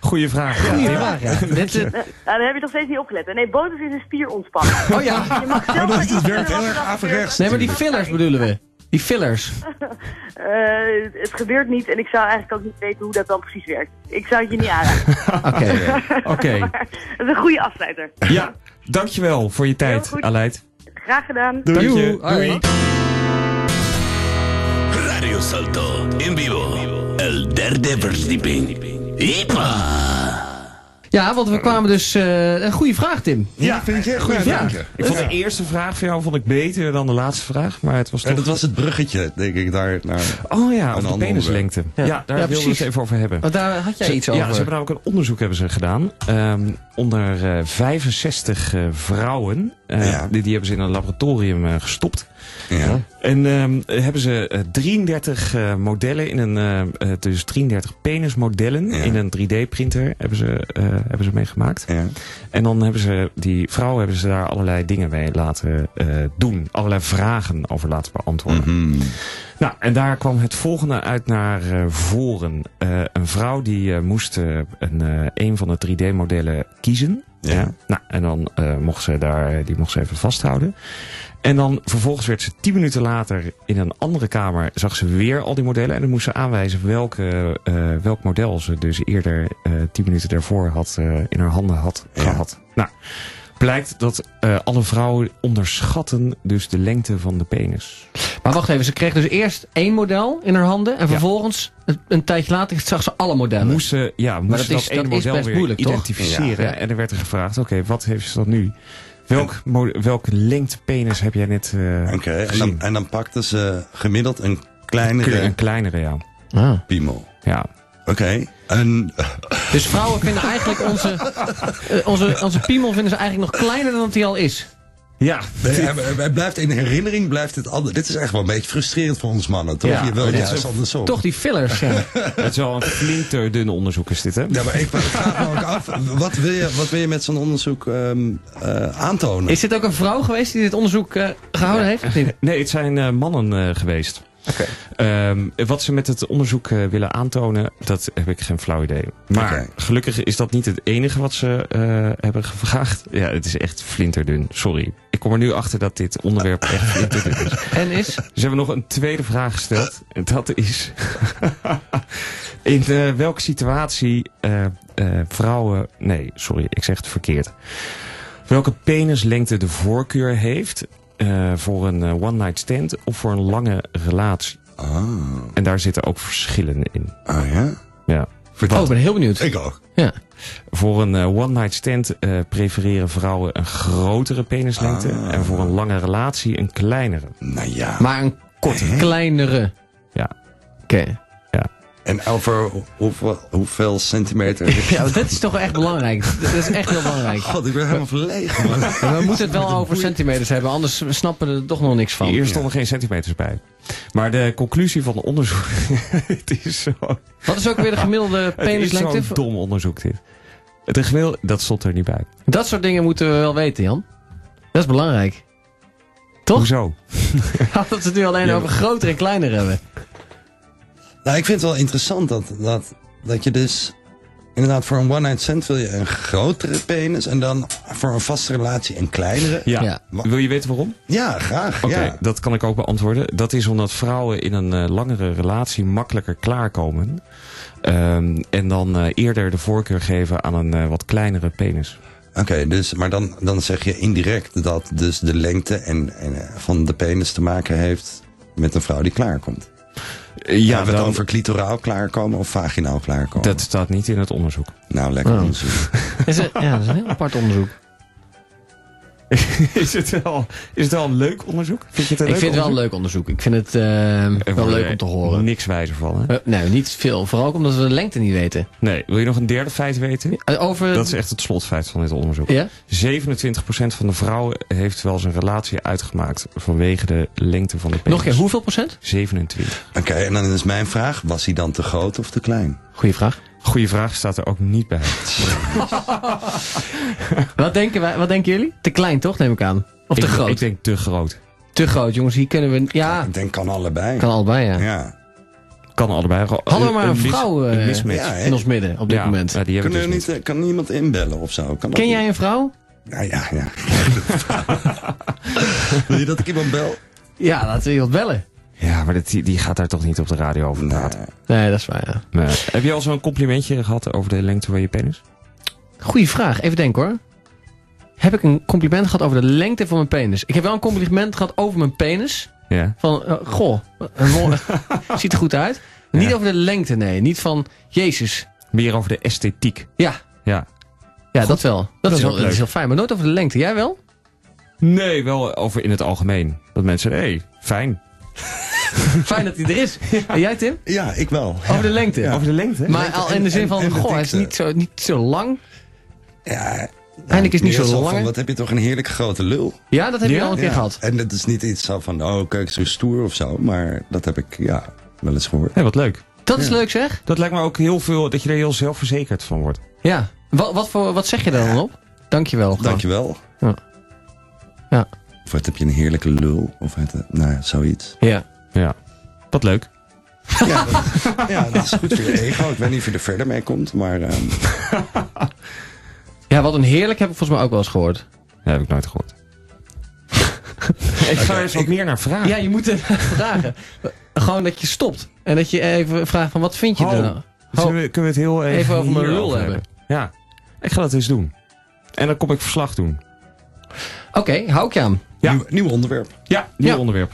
Speaker 2: Goeie vraag. Ja.
Speaker 3: Goeie vraag, ja. Dit, eh,
Speaker 5: Nou, daar heb je nog steeds niet opgelet. hè? Nee, botox is een spierontspanning.
Speaker 3: oh ja.
Speaker 5: Je mag zelf maar
Speaker 1: dus werkt
Speaker 5: invullen wat
Speaker 1: heel
Speaker 5: er
Speaker 1: erg
Speaker 5: dan
Speaker 1: averechts.
Speaker 5: gebeurt.
Speaker 3: Nee, maar die fillers bedoelen we. Die fillers.
Speaker 5: Eh, het gebeurt niet en ik zou eigenlijk ook niet weten hoe dat dan precies werkt. Ik zou het je niet aanraden.
Speaker 3: Oké.
Speaker 2: Oké,
Speaker 5: Maar het is een goede afsluiter.
Speaker 2: ja. Dankjewel voor je tijd,
Speaker 5: goed.
Speaker 2: Aleid.
Speaker 5: Graag gedaan.
Speaker 2: Dank je.
Speaker 3: Joe, hoi.
Speaker 2: Doei.
Speaker 6: Radio Salto en vivo. El derde verdieping. Ipa!
Speaker 3: Ja, want we kwamen dus... eh, een goede vraag, Tim.
Speaker 1: Ja, vind je? Goeie
Speaker 3: Ja.
Speaker 1: vraag.
Speaker 2: Ik vond de eerste vraag van jou vond ik beter dan de laatste vraag, maar het was
Speaker 1: En
Speaker 2: toch...
Speaker 1: dat was het bruggetje, denk ik, daar naar...
Speaker 2: Oh ja,
Speaker 1: Een
Speaker 2: over de
Speaker 1: ander
Speaker 2: penislengte. Ja, daar
Speaker 3: Ja,
Speaker 2: wilden we
Speaker 3: precies.
Speaker 2: het even over hebben.
Speaker 3: Want daar had jij
Speaker 2: Ze-
Speaker 3: iets
Speaker 2: ja,
Speaker 3: over.
Speaker 2: ze hebben namelijk een onderzoek hebben ze gedaan. ehm, onder eh, 65 eh, vrouwen. Eh,
Speaker 1: Ja.
Speaker 2: die, die hebben ze in een laboratorium eh, gestopt.
Speaker 1: Ja.
Speaker 2: En ehm, hebben ze eh, 33 eh, modellen in een. eh, eh, dus 33 penismodellen
Speaker 1: Ja.
Speaker 2: in een 3D-printer hebben ze, eh, hebben ze meegemaakt.
Speaker 1: Ja.
Speaker 2: En dan hebben ze die vrouwen hebben ze daar allerlei dingen mee laten eh, doen. Allerlei vragen over laten beantwoorden.
Speaker 1: Mhm.
Speaker 2: Nou, en daar kwam het volgende uit naar eh, voren. Eh, een vrouw die eh, moest eh, een, eh, een van de 3D-modellen kiezen.
Speaker 1: Ja.
Speaker 2: Nou, en dan eh, mocht ze daar, eh, die mocht ze even vasthouden. En dan vervolgens werd ze tien minuten later in een andere kamer, zag ze weer al die modellen. En dan moest ze aanwijzen welke, eh, welk model ze dus eerder eh, tien minuten daarvoor had, eh, in haar handen had
Speaker 1: Ja.
Speaker 2: gehad. Nou, blijkt dat eh, alle vrouwen onderschatten dus de lengte van de penis.
Speaker 3: Maar wacht even, ze kreeg dus eerst één model in haar handen. En vervolgens, een, een tijdje later, zag ze alle modellen.
Speaker 2: moest ze, ja, moest
Speaker 3: dat
Speaker 2: ze dat,
Speaker 3: is-
Speaker 2: ene
Speaker 3: dat is
Speaker 2: model
Speaker 3: best
Speaker 2: weer
Speaker 3: moeilijk, toch?
Speaker 2: identificeren.
Speaker 3: Ja. Ja.
Speaker 2: En er werd er gevraagd, oké, wat heeft ze dan nu? Welk, mo- welke lengte penis heb jij net eh,
Speaker 1: Oké, en,
Speaker 2: gezien?
Speaker 1: dan, en dan pakten ze gemiddeld een
Speaker 2: Kle-
Speaker 1: kleinere
Speaker 2: een kleinere, ja.
Speaker 3: Ah.
Speaker 1: piemel.
Speaker 2: ja.
Speaker 1: Oké, en
Speaker 3: Dus vrouwen vinden eigenlijk onze, eh, onze, onze piemel vinden ze eigenlijk nog kleiner dan dat die al is.
Speaker 2: Ja,
Speaker 1: Nee, hij- hij- hij eh, blijft in herinnering blijft het anders. Dit is echt wel een beetje frustrerend voor ons mannen, toch?
Speaker 2: Ja,
Speaker 1: je wil
Speaker 2: dit is
Speaker 1: juist andersom.
Speaker 3: Toch die fillers, ja.
Speaker 2: het is wel een flinterdun onderzoek is dit, hè?
Speaker 1: Ja, maar ik ik vraag me ook af, wat wil je, wat wil je met zo'n onderzoek ehm, eh, aantonen?
Speaker 3: Is dit ook een vrouw geweest die dit onderzoek eh, gehouden heeft? Of niet?
Speaker 2: Nee, het zijn eh, mannen eh, geweest. Ehm, wat ze met het onderzoek eh, willen aantonen, dat heb ik geen flauw idee. Maar
Speaker 1: Oké.
Speaker 2: gelukkig is dat niet het enige wat ze eh, hebben gevraagd. Ja, het is echt flinterdun, sorry. Ik kom er nu achter dat dit onderwerp echt flinterdun is.
Speaker 3: En is?
Speaker 2: Ze Dus hebben nog een tweede vraag gesteld. En dat is... in eh, welke situatie eh, eh, vrouwen... Nee, sorry, ik zeg het verkeerd. Welke penislengte de voorkeur heeft... eh, voor een eh, one-night stand of voor een lange relatie.
Speaker 1: Ah,
Speaker 2: En daar zitten ook verschillen in.
Speaker 1: ah ja?
Speaker 2: Ja.
Speaker 3: Oh, ik ben heel benieuwd.
Speaker 1: Ik ook.
Speaker 3: Ja.
Speaker 2: Voor een eh, one-night stand eh, prefereren vrouwen een grotere penislengte...
Speaker 1: Ah.
Speaker 2: en voor een lange relatie een kleinere.
Speaker 1: Nou ja.
Speaker 3: Maar een korte, kleinere.
Speaker 2: Ja.
Speaker 3: Oké.
Speaker 1: en over hoeveel, hoeveel centimeter...
Speaker 3: Ja, dat is toch wel echt belangrijk. Dat is echt heel belangrijk.
Speaker 1: God, ik ben helemaal verlegen, man.
Speaker 3: We moeten het wel over centimeters hebben, anders snappen we er toch nog niks van.
Speaker 2: Hier stonden geen centimeters bij. Maar de conclusie van het onderzoek. het is zo.
Speaker 3: Wat is ook weer de gemiddelde
Speaker 2: Het is zo'n
Speaker 3: penislengte?
Speaker 2: dom onderzoek, dit. Het is gemiddeld, dat stond er niet bij.
Speaker 3: Dat soort dingen moeten we wel weten, Jan. Dat is belangrijk. Toch?
Speaker 2: Hoezo?
Speaker 3: Dat we het nu alleen
Speaker 2: Ja.
Speaker 3: over groter en kleiner hebben.
Speaker 1: Nou, ik vind het wel interessant dat, dat, dat je dus... Inderdaad, voor een one-night stand wil je een grotere penis... en dan voor een vaste relatie een kleinere.
Speaker 2: Ja.
Speaker 3: Ja.
Speaker 2: Wil je weten waarom?
Speaker 1: Ja, graag.
Speaker 2: Oké,
Speaker 1: ja.
Speaker 2: dat kan ik ook beantwoorden. Dat is omdat vrouwen in een eh, langere relatie makkelijker klaarkomen. Ehm, en dan eh, eerder de voorkeur geven aan een eh, wat kleinere penis.
Speaker 1: Oké, dus, maar dan, dan zeg je indirect dat dus de lengte en, en, eh, van de penis te maken heeft met een vrouw die klaarkomt. Ja,
Speaker 2: ja,
Speaker 1: Hebben we het
Speaker 2: dan,
Speaker 1: over clitoraal klaarkomen of vaginaal klaarkomen?
Speaker 2: dat staat niet in het onderzoek.
Speaker 1: Nou, lekker
Speaker 3: Oh.
Speaker 1: onderzoek.
Speaker 3: Is het- ja, dat is een heel apart onderzoek.
Speaker 2: is, het wel, is het wel een leuk onderzoek? Vind je het een
Speaker 3: ik
Speaker 2: leuk
Speaker 3: vind het wel
Speaker 2: onderzoek?
Speaker 3: een leuk onderzoek. Ik vind het ehm,
Speaker 2: Er
Speaker 3: wel
Speaker 2: wordt
Speaker 3: leuk om te horen.
Speaker 2: Niks wijzer van, hè?
Speaker 3: Eh, nee, niet veel. Vooral ook omdat we de lengte niet weten.
Speaker 2: Nee, wil je nog een derde feit weten?
Speaker 3: Eh, over...
Speaker 2: Dat is echt het slotfeit van dit onderzoek.
Speaker 3: Ja?
Speaker 2: 27% van de vrouwen heeft wel zijn relatie uitgemaakt vanwege de lengte van de penis.
Speaker 3: Nog een keer, hoeveel procent?
Speaker 2: 27.
Speaker 1: Oké, en dan is mijn vraag, was hij dan te groot of te klein?
Speaker 3: Goeie vraag.
Speaker 2: Goeie vraag staat er ook niet bij.
Speaker 3: Wat denken, wij, wat denken jullie? Te klein toch, neem ik aan? Of te
Speaker 2: Ik-
Speaker 3: groot?
Speaker 2: Ik denk te groot.
Speaker 3: Te groot, jongens. Hier kunnen we... Ja,
Speaker 1: Ik denk kan allebei.
Speaker 3: kan allebei, ja.
Speaker 1: Ja.
Speaker 2: Kan allebei.
Speaker 3: Hadden we maar een
Speaker 2: mis-
Speaker 3: vrouw, eh,
Speaker 2: een mismatch.
Speaker 1: Ja, hè?
Speaker 3: In ons midden, op dit
Speaker 2: Ja,
Speaker 3: moment.
Speaker 2: ja, die hebben
Speaker 1: Kunnen
Speaker 2: we
Speaker 1: we
Speaker 2: dus
Speaker 1: niet, eh, kan niemand inbellen of zo? Kan dat
Speaker 3: Ken
Speaker 1: niet?
Speaker 3: jij een vrouw?
Speaker 1: Nou ja, ja. Wil je dat ik iemand bel?
Speaker 3: Ja, laten we iemand bellen.
Speaker 2: Ja, maar dat, die, die gaat daar toch niet op de radio over
Speaker 3: Nou.
Speaker 2: praten.
Speaker 1: Eh,
Speaker 3: Nee, dat is waar, ja.
Speaker 2: Nee. Heb je al zo'n complimentje gehad over de lengte van je penis?
Speaker 3: Goeie vraag. Even denken hoor. Heb ik een compliment gehad over de lengte van mijn penis? Ik heb wel een compliment gehad over mijn penis.
Speaker 2: Ja.
Speaker 3: Van, eh, goh, een mooi- ziet er goed uit. Niet over de lengte, nee. Niet van, jezus.
Speaker 2: Meer over de esthetiek.
Speaker 3: Ja,
Speaker 2: Ja.
Speaker 3: ja dat wel. Dat,
Speaker 2: is
Speaker 3: is
Speaker 2: ook
Speaker 3: wel dat
Speaker 2: leuk.
Speaker 3: is heel fijn. Maar nooit over de lengte. Jij wel?
Speaker 2: Nee, wel over in het algemeen. Dat mensen zeggen, hey, fijn.
Speaker 3: Fijn dat hij er is. En jij Tim?
Speaker 1: Ja, ik wel.
Speaker 3: Oh, Over de lengte.
Speaker 1: Ja.
Speaker 2: Over de lengte?
Speaker 3: Maar al in de zin
Speaker 1: en-
Speaker 3: van,
Speaker 1: en de
Speaker 3: goh, hij is
Speaker 1: dikte.
Speaker 3: niet zo, niet zo lang.
Speaker 1: Ja,
Speaker 3: Eindelijk is het niet
Speaker 1: meer
Speaker 3: zo
Speaker 1: van,
Speaker 3: lang.
Speaker 1: Wat heb je toch een heerlijk grote lul?
Speaker 3: Ja, dat heb je
Speaker 2: Ja?
Speaker 3: al een keer
Speaker 1: Ja.
Speaker 3: gehad.
Speaker 1: En dat is niet iets zo van, oh kijk, zo stoer of zo. Maar dat heb ik, ja, wel eens gehoord.
Speaker 2: Nee, wat leuk.
Speaker 3: Dat is leuk zeg.
Speaker 2: Dat lijkt me ook heel veel, dat je er heel zelfverzekerd van wordt.
Speaker 3: Ja. Wat, wat, voor, wat zeg je daar dan op? Dankjewel. gewoon.
Speaker 1: Dankjewel.
Speaker 3: Ja. Ja.
Speaker 1: Of wat heb je een heerlijke lul? Of het, eh, nou ja, zoiets.
Speaker 3: Ja.
Speaker 2: Ja. Wat leuk.
Speaker 1: Ja, dat, ja, dat is goed voor je ego. Ik weet niet of je er verder mee komt, maar ehm,
Speaker 3: ja, wat een heerlijk heb ik volgens mij ook wel eens gehoord.
Speaker 2: Ja, heb ik nooit gehoord. ik zou er eens wat meer naar vragen.
Speaker 3: Ja, je moet er vragen. Gewoon dat je stopt. En dat je even vraagt van wat vind je
Speaker 2: Ho.
Speaker 3: er nou?
Speaker 2: Zullen we- kunnen we het heel Oh. even,
Speaker 3: Even over mijn
Speaker 2: hierover
Speaker 3: lul
Speaker 2: Ja, ik ga dat eens doen. En dan kom ik verslag doen.
Speaker 3: Oké, hou ik je aan.
Speaker 2: Ja.
Speaker 1: nieuw, nieuw onderwerp.
Speaker 2: Ja, nieuw
Speaker 3: Ja.
Speaker 2: onderwerp.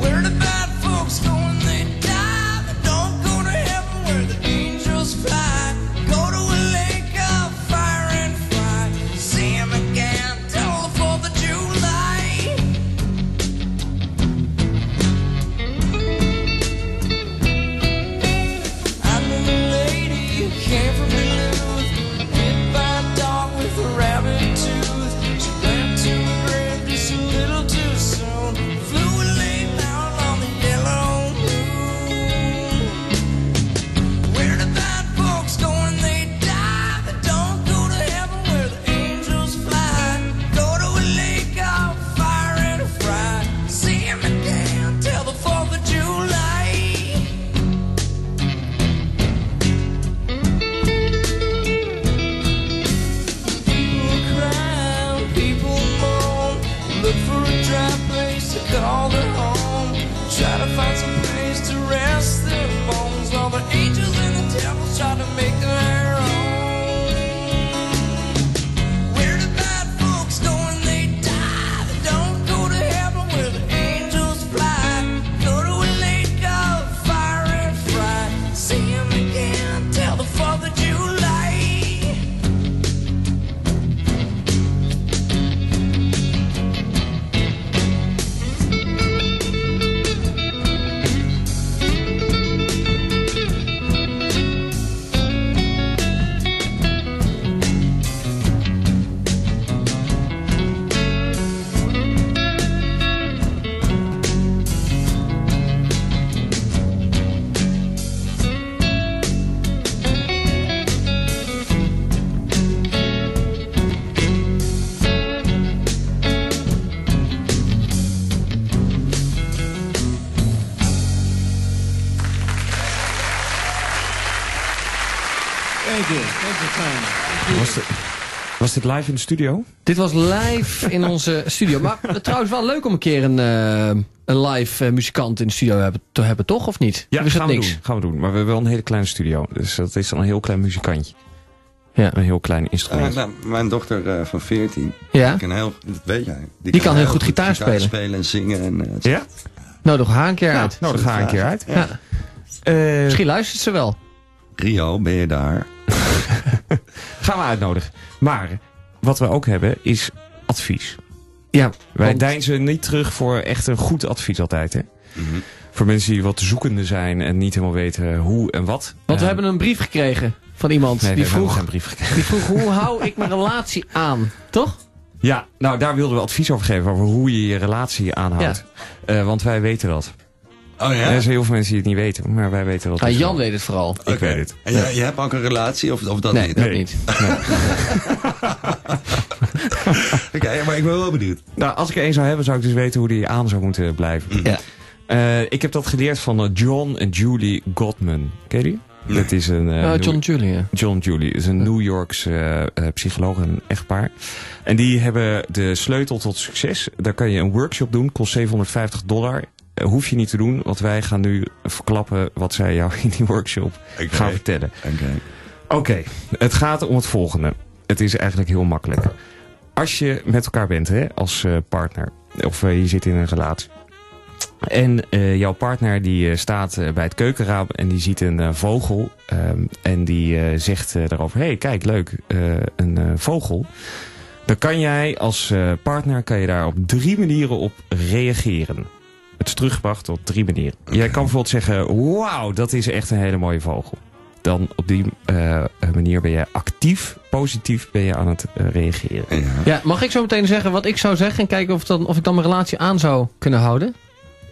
Speaker 7: Where the bad folks go when they die, they don't go to heaven where the angels fly. Go to a lake of fire and fry. See 'em again till the Fourth of July. I knew a lady who came from Duluth, hit by a dog with a rabbit tooth. She went to the grave just a little too soon. Flew lay down on the yellow moon. Where the bad folks go when they die, they don't go to heaven where the angels fly. Go to a lake of fire and fry. See 'em again till the Fourth of July. People cry, people moan. Look for a dry place to call their home. Try to find some place to rest their bones. All the angels and the devils try to make their own. Where the bad folks go when they die, they don't go to heaven where the angels fly. Go to a lake of fire and fry. See 'em again till the Fourth of July.
Speaker 2: Was, dit- was dit live in de studio?
Speaker 3: Dit was live in onze studio. Maar eh, trouwens wel leuk om een keer een, eh, een live eh, muzikant in de studio hebben, te hebben, toch? Of niet? Of is dat
Speaker 2: gaan we
Speaker 3: niks?
Speaker 2: doen. Gaan we doen. Maar we hebben wel een hele kleine studio. Dus dat is dan een heel klein muzikantje.
Speaker 3: Ja.
Speaker 2: Een heel klein
Speaker 1: Eh,
Speaker 2: instrument.
Speaker 1: nou, mijn dochter eh, van 14,
Speaker 3: Ja,
Speaker 1: die kan heel, dat weet jij. Die,
Speaker 3: kan heel goed gitaar spelen.
Speaker 1: en zingen. En, eh,
Speaker 2: ja?
Speaker 3: nodig haar een keer uit.
Speaker 2: Nou, dan ga ik een keer uit.
Speaker 3: Ja.
Speaker 2: Eh,
Speaker 3: Misschien luistert ze wel.
Speaker 1: Rio, ben je daar?
Speaker 2: gaan we uitnodigen. Maar wat we ook hebben is advies.
Speaker 3: Ja,
Speaker 2: Wij
Speaker 3: want-
Speaker 2: deinzen niet terug voor echt een goed advies altijd. Hè?
Speaker 1: Mhm.
Speaker 2: Voor mensen die wat zoekende zijn en niet helemaal weten hoe en wat.
Speaker 3: Want we
Speaker 2: Eh,
Speaker 3: hebben een brief gekregen van iemand
Speaker 2: nee,
Speaker 3: die,
Speaker 2: we hebben nog
Speaker 3: vroeg,
Speaker 2: geen brief gekregen.
Speaker 3: die vroeg hoe hou ik mijn relatie aan, toch?
Speaker 2: Ja, nou daar wilden we advies over geven. Over hoe je je relatie aanhoudt. Eh, want wij weten dat.
Speaker 1: Oh ja?
Speaker 2: Er zijn heel veel mensen die het niet weten, maar wij weten dus wel. het
Speaker 3: Ah,
Speaker 2: is.
Speaker 3: Jan weet het vooral.
Speaker 2: Ik
Speaker 1: Oké.
Speaker 2: weet het.
Speaker 1: En jij, jij hebt ook een relatie of, of dat
Speaker 3: Nee,
Speaker 1: niet?
Speaker 3: dat
Speaker 2: Nee.
Speaker 3: niet.
Speaker 1: Oké, maar ik ben wel benieuwd.
Speaker 2: Nou, als ik er één zou hebben, zou ik dus weten hoe die aan zou moeten blijven.
Speaker 1: Mm.
Speaker 3: Ja.
Speaker 2: Eh, ik heb dat geleerd van eh, John en Julie Gottman. Ken je die? Dat is een... eh,
Speaker 3: Eh,
Speaker 2: New-
Speaker 3: John Julian.
Speaker 2: John Julie is een New Yorkse eh, eh, psycholoog en een echtpaar. En die hebben de sleutel tot succes. Daar kan je een workshop doen, kost 750 dollar. Eh, hoef je niet te doen, want wij gaan nu verklappen wat zij jou in die workshop
Speaker 1: Oké.
Speaker 2: gaan vertellen.
Speaker 1: Oké.
Speaker 2: Oké, het gaat om het volgende. Het is eigenlijk heel makkelijk. Als je met elkaar bent, hè, als eh, partner, of eh, je zit in een relatie. En eh, jouw partner die eh, staat eh, bij het keukenraam en die ziet een eh, vogel. ehm, en die eh, zegt eh, daarover, hé hey, kijk leuk, eh, een eh, vogel. Dan kan jij als eh, partner kan je daar op drie manieren op reageren. Het is teruggebracht op drie manieren. Jij kan bijvoorbeeld zeggen, wauw, dat is echt een hele mooie vogel. Dan op die eh, manier ben je actief, positief ben je aan het eh, reageren.
Speaker 1: Ja.
Speaker 3: Ja, mag ik zo meteen zeggen wat ik zou zeggen en kijken of, dan, of ik dan mijn relatie aan zou kunnen houden?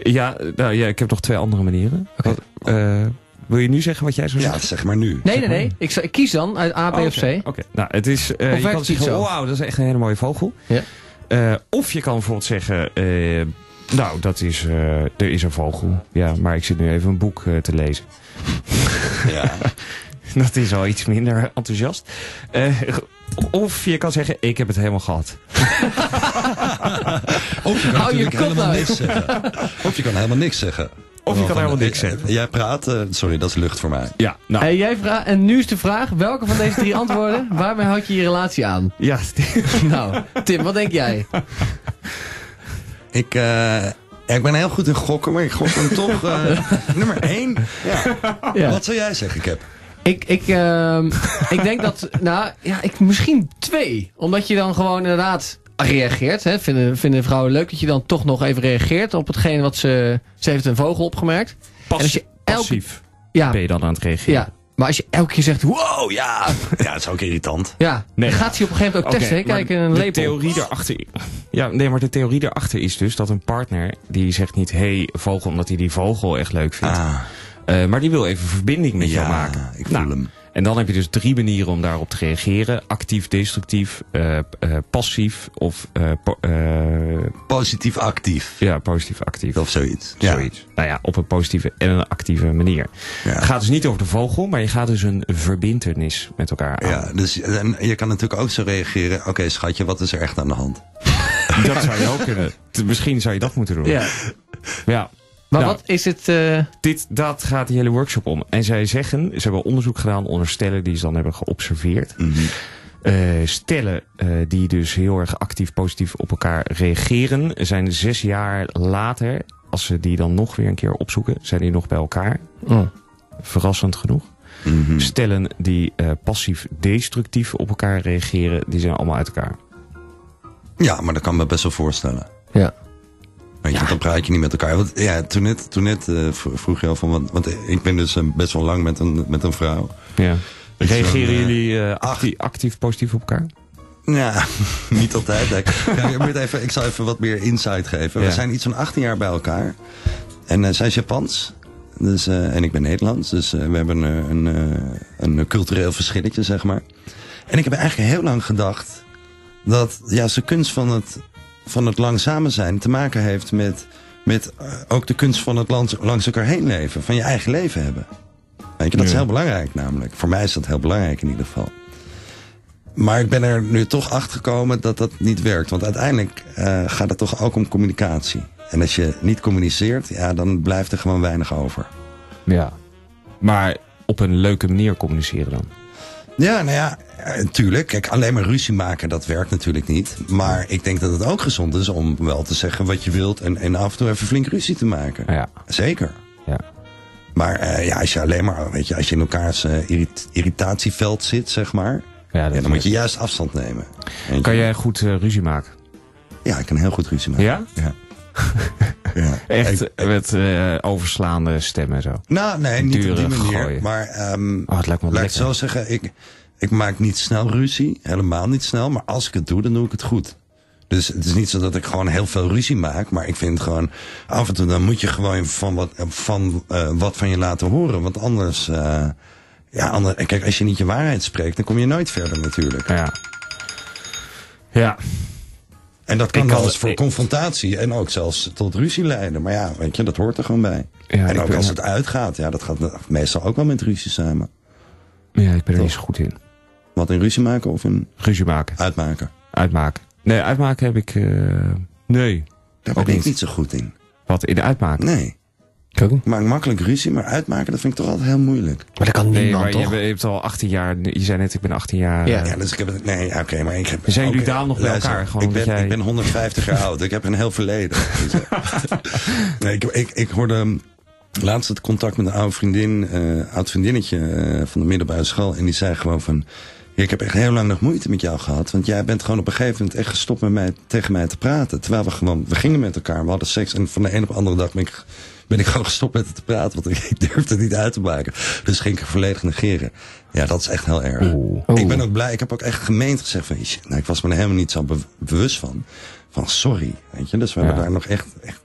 Speaker 2: Ja, nou, ja ik heb nog twee andere manieren. Wat, eh, wil je nu zeggen wat jij zou
Speaker 1: ja,
Speaker 2: zeggen?
Speaker 1: zeg maar nu.
Speaker 3: Nee, nee, nee. Ik, zou- ik kies dan uit A, B
Speaker 2: Oh,
Speaker 3: of C.
Speaker 2: oké, Oké, nou, het is. eh,
Speaker 3: werkt
Speaker 2: je kan
Speaker 3: het niet
Speaker 2: zeggen:
Speaker 3: zo?
Speaker 2: wauw, dat is echt een hele mooie vogel.
Speaker 3: Ja.
Speaker 2: Eh, of je kan bijvoorbeeld zeggen: eh, nou, dat is. eh, er is een vogel. Ja, maar ik zit nu even een boek eh, te lezen.
Speaker 1: Ja.
Speaker 2: Dat is al iets minder enthousiast. Eh, of je kan zeggen: ik heb het helemaal gehad.
Speaker 1: Of je kan
Speaker 3: Hou je
Speaker 1: natuurlijk
Speaker 3: kop
Speaker 1: helemaal
Speaker 3: nou.
Speaker 1: niks zeggen. Of je kan helemaal niks zeggen.
Speaker 2: kan
Speaker 1: Gewoon van,
Speaker 2: helemaal
Speaker 1: eh,
Speaker 2: niks
Speaker 1: eh,
Speaker 2: zeggen.
Speaker 1: Jij praat, eh, sorry, dat is lucht voor mij.
Speaker 2: Ja, nou.
Speaker 3: En, jij vra en nu is de vraag, welke van deze drie antwoorden, waarmee houd je je relatie aan?
Speaker 2: Ja,
Speaker 3: Nou, Tim, wat denk jij?
Speaker 1: Ik, eh, ja, ik ben heel goed in gokken, maar ik gok hem toch eh, nummer één. Ja.
Speaker 3: Ja.
Speaker 1: Wat zou jij zeggen, Cap?
Speaker 3: Ik, ik, ehm, ik denk dat, nou, ja, ik, misschien twee. Omdat je dan gewoon inderdaad reageert. Hè? Vinden, vinden vrouwen leuk dat je dan toch nog even reageert op hetgeen wat ze... Ze heeft een vogel opgemerkt. En als je elke-
Speaker 2: passief
Speaker 3: Ja,
Speaker 2: ben je dan aan het reageren.
Speaker 3: ja. Maar als je elke keer zegt,
Speaker 1: Wow, ja. Ja, dat is ook irritant.
Speaker 3: Ja,
Speaker 2: Nee.
Speaker 3: dan gaat hij op een gegeven moment ook
Speaker 2: Oké,
Speaker 3: testen. hè?
Speaker 2: maar
Speaker 3: Kijk, een
Speaker 2: de
Speaker 3: lepel.
Speaker 2: Theorie daarachter, ja, nee, maar de theorie daarachter is dus dat een partner die zegt niet hé hey, vogel omdat hij die vogel echt leuk vindt.
Speaker 1: Ah,
Speaker 2: Eh, maar die wil even verbinding met jou
Speaker 1: ja,
Speaker 2: maken.
Speaker 1: ik voel
Speaker 2: Nou,
Speaker 1: hem.
Speaker 2: En dan heb je dus drie manieren om daarop te reageren. Actief, destructief, eh, eh, passief of eh, po- eh,
Speaker 1: Positief actief.
Speaker 2: ja, positief actief.
Speaker 1: Of zoiets.
Speaker 2: Zoiets. Nou ja, op een positieve en een actieve manier.
Speaker 1: Ja.
Speaker 2: Het gaat dus niet over de vogel, maar je gaat dus een verbintenis met elkaar aan.
Speaker 1: Ja, dus en je kan natuurlijk ook zo reageren. Oké, schatje, wat is er echt aan de hand?
Speaker 2: Dat zou je ook kunnen. T- Misschien zou je dat moeten doen.
Speaker 3: Ja.
Speaker 2: ja.
Speaker 3: Maar
Speaker 2: Nou,
Speaker 3: wat is het... eh,
Speaker 2: Dit, dat gaat die hele workshop om. En zij zeggen, ze hebben onderzoek gedaan onder stellen die ze dan hebben geobserveerd.
Speaker 1: Mhm.
Speaker 2: Eh, stellen eh, die dus heel erg actief positief op elkaar reageren, zijn zes jaar later, als ze die dan nog weer een keer opzoeken, zijn die nog bij elkaar. Verrassend genoeg.
Speaker 1: Mhm.
Speaker 2: Stellen die eh, passief destructief op elkaar reageren, die zijn allemaal uit elkaar.
Speaker 1: Ja, maar dat kan me best wel voorstellen.
Speaker 3: Ja.
Speaker 1: Weet je, dan praat je niet met elkaar. Want ja, toen net, toen net eh, v- vroeg je al van, want, want ik ben dus eh, best wel lang met een, met een vrouw.
Speaker 2: Ja.
Speaker 1: Iets
Speaker 2: Reageren
Speaker 1: van, eh,
Speaker 2: jullie eh,
Speaker 1: acht.
Speaker 2: actief, actief positief op elkaar?
Speaker 1: Ja, niet altijd. denk ik. Ja, je moet even, ik zal even wat meer insight geven.
Speaker 2: Ja.
Speaker 1: We zijn iets van 18 jaar bij elkaar. En eh, zij is Japans. Dus, eh, en ik ben Nederlands. Dus eh, we hebben eh, een, eh, een cultureel verschilletje, zeg maar. En ik heb eigenlijk heel lang gedacht... dat ja, zijn kunst van het, van het langzame zijn te maken heeft met... met eh, ook de kunst van het langs, langs elkaar heen leven. Van je eigen leven hebben. Weet je, dat is
Speaker 2: Ja.
Speaker 1: heel belangrijk namelijk. Voor mij is dat heel belangrijk in ieder geval. Maar ik ben er nu toch achter gekomen dat dat niet werkt. Want uiteindelijk eh, gaat het toch ook om communicatie. En als je niet communiceert, ja, dan blijft er gewoon weinig over.
Speaker 2: Ja. Maar op een leuke manier communiceren dan.
Speaker 1: Ja, nou ja, eh, tuurlijk. Kijk, alleen maar ruzie maken, dat werkt natuurlijk niet. Maar ik denk dat het ook gezond is om wel te zeggen wat je wilt... en, en af en toe even flink ruzie te maken.
Speaker 2: Ja.
Speaker 1: Zeker.
Speaker 2: Ja.
Speaker 1: Maar eh, ja, als je alleen maar, weet je, als je in elkaars eh, irrit- irritatieveld zit, zeg maar...
Speaker 2: Ja, dat
Speaker 1: Ja, dan moet
Speaker 2: is-
Speaker 1: je juist afstand nemen. Weet
Speaker 2: Kan
Speaker 1: je?
Speaker 2: jij goed eh, ruzie maken?
Speaker 1: Ja, ik kan heel goed ruzie maken.
Speaker 2: Ja?
Speaker 1: Ja. Ja.
Speaker 2: Echt
Speaker 1: Ik-
Speaker 2: met eh, overslaande stemmen en zo.
Speaker 1: nou, nee, niet op die
Speaker 2: Deuren
Speaker 1: manier.
Speaker 2: gooien.
Speaker 1: Maar ehm
Speaker 2: Oh, het lijkt me wel
Speaker 1: laat ik
Speaker 2: lekker.
Speaker 1: zo zeggen, ik, ik maak niet snel ruzie. Helemaal niet snel. Maar als ik het doe, dan doe ik het goed. Dus het is niet zo dat ik gewoon heel veel ruzie maak. Maar ik vind gewoon, af en toe dan moet je gewoon van wat van, eh, wat van je laten horen. Want anders, eh, ja, ander, kijk, als je niet je waarheid spreekt, dan kom je nooit verder natuurlijk.
Speaker 2: Ja. Ja.
Speaker 1: En dat kan,
Speaker 2: Ik
Speaker 1: wel
Speaker 2: kan
Speaker 1: eens
Speaker 2: het-
Speaker 1: voor
Speaker 2: ik-
Speaker 1: confrontatie en ook zelfs tot ruzie leiden. Maar ja, weet je, dat hoort er gewoon bij.
Speaker 2: Ja, ik
Speaker 1: en ook
Speaker 2: ben-
Speaker 1: als het uitgaat, ja, dat gaat meestal ook wel met ruzie samen.
Speaker 2: ja, ik ben er
Speaker 1: Toch.
Speaker 2: niet zo goed in.
Speaker 1: Wat in ruzie maken of in
Speaker 2: Ruzie maken.
Speaker 1: uitmaken.
Speaker 2: Uitmaken. Nee, uitmaken heb ik... eh, nee.
Speaker 1: Daar
Speaker 2: Ook
Speaker 1: ben ik
Speaker 2: niet.
Speaker 1: niet zo goed in.
Speaker 2: Wat in de uitmaken?
Speaker 1: Nee,
Speaker 3: Ik ook niet.
Speaker 1: ik maak makkelijk ruzie, maar uitmaken, dat vind ik toch altijd heel moeilijk.
Speaker 3: Maar dat kan
Speaker 2: Nee,
Speaker 3: niemand,
Speaker 2: maar je,
Speaker 3: toch?
Speaker 2: hebt- je hebt al 18 jaar... Je zei net, ik ben 18 jaar...
Speaker 3: Ja.
Speaker 2: eh,
Speaker 1: Ja, dus ik heb het. Nee, ja, oké, maar ik heb.
Speaker 2: Zijn jullie
Speaker 1: oké,
Speaker 2: daarom nog bij elkaar? Gewoon
Speaker 1: ik, ben,
Speaker 2: omdat jij-
Speaker 1: ik ben 150 jaar oud. Ik heb een heel verleden. weet je. nee, ik, ik, ik hoorde ehm, laatst het contact met een oude vriendin, eh oud vriendinnetje eh, van de middelbare school. En die zei gewoon van. "Ja, Ik heb echt heel lang nog moeite met jou gehad. Want jij bent gewoon op een gegeven moment echt gestopt met mij, tegen mij te praten. Terwijl we gewoon, we gingen met elkaar, we hadden seks. En van de een op de andere dag ben ik, ben ik gewoon gestopt met het te praten. Want ik durfde het niet uit te maken. Dus ging ik het volledig negeren. Ja, dat is echt heel erg.
Speaker 3: Oeh.
Speaker 1: Ik ben ook blij. Ik heb ook echt gemeend gezegd van, shit, nou, ik was me er helemaal niet zo be- bewust van. Van sorry, weet je. Dus we hebben
Speaker 2: Ja.
Speaker 1: daar nog echt, echt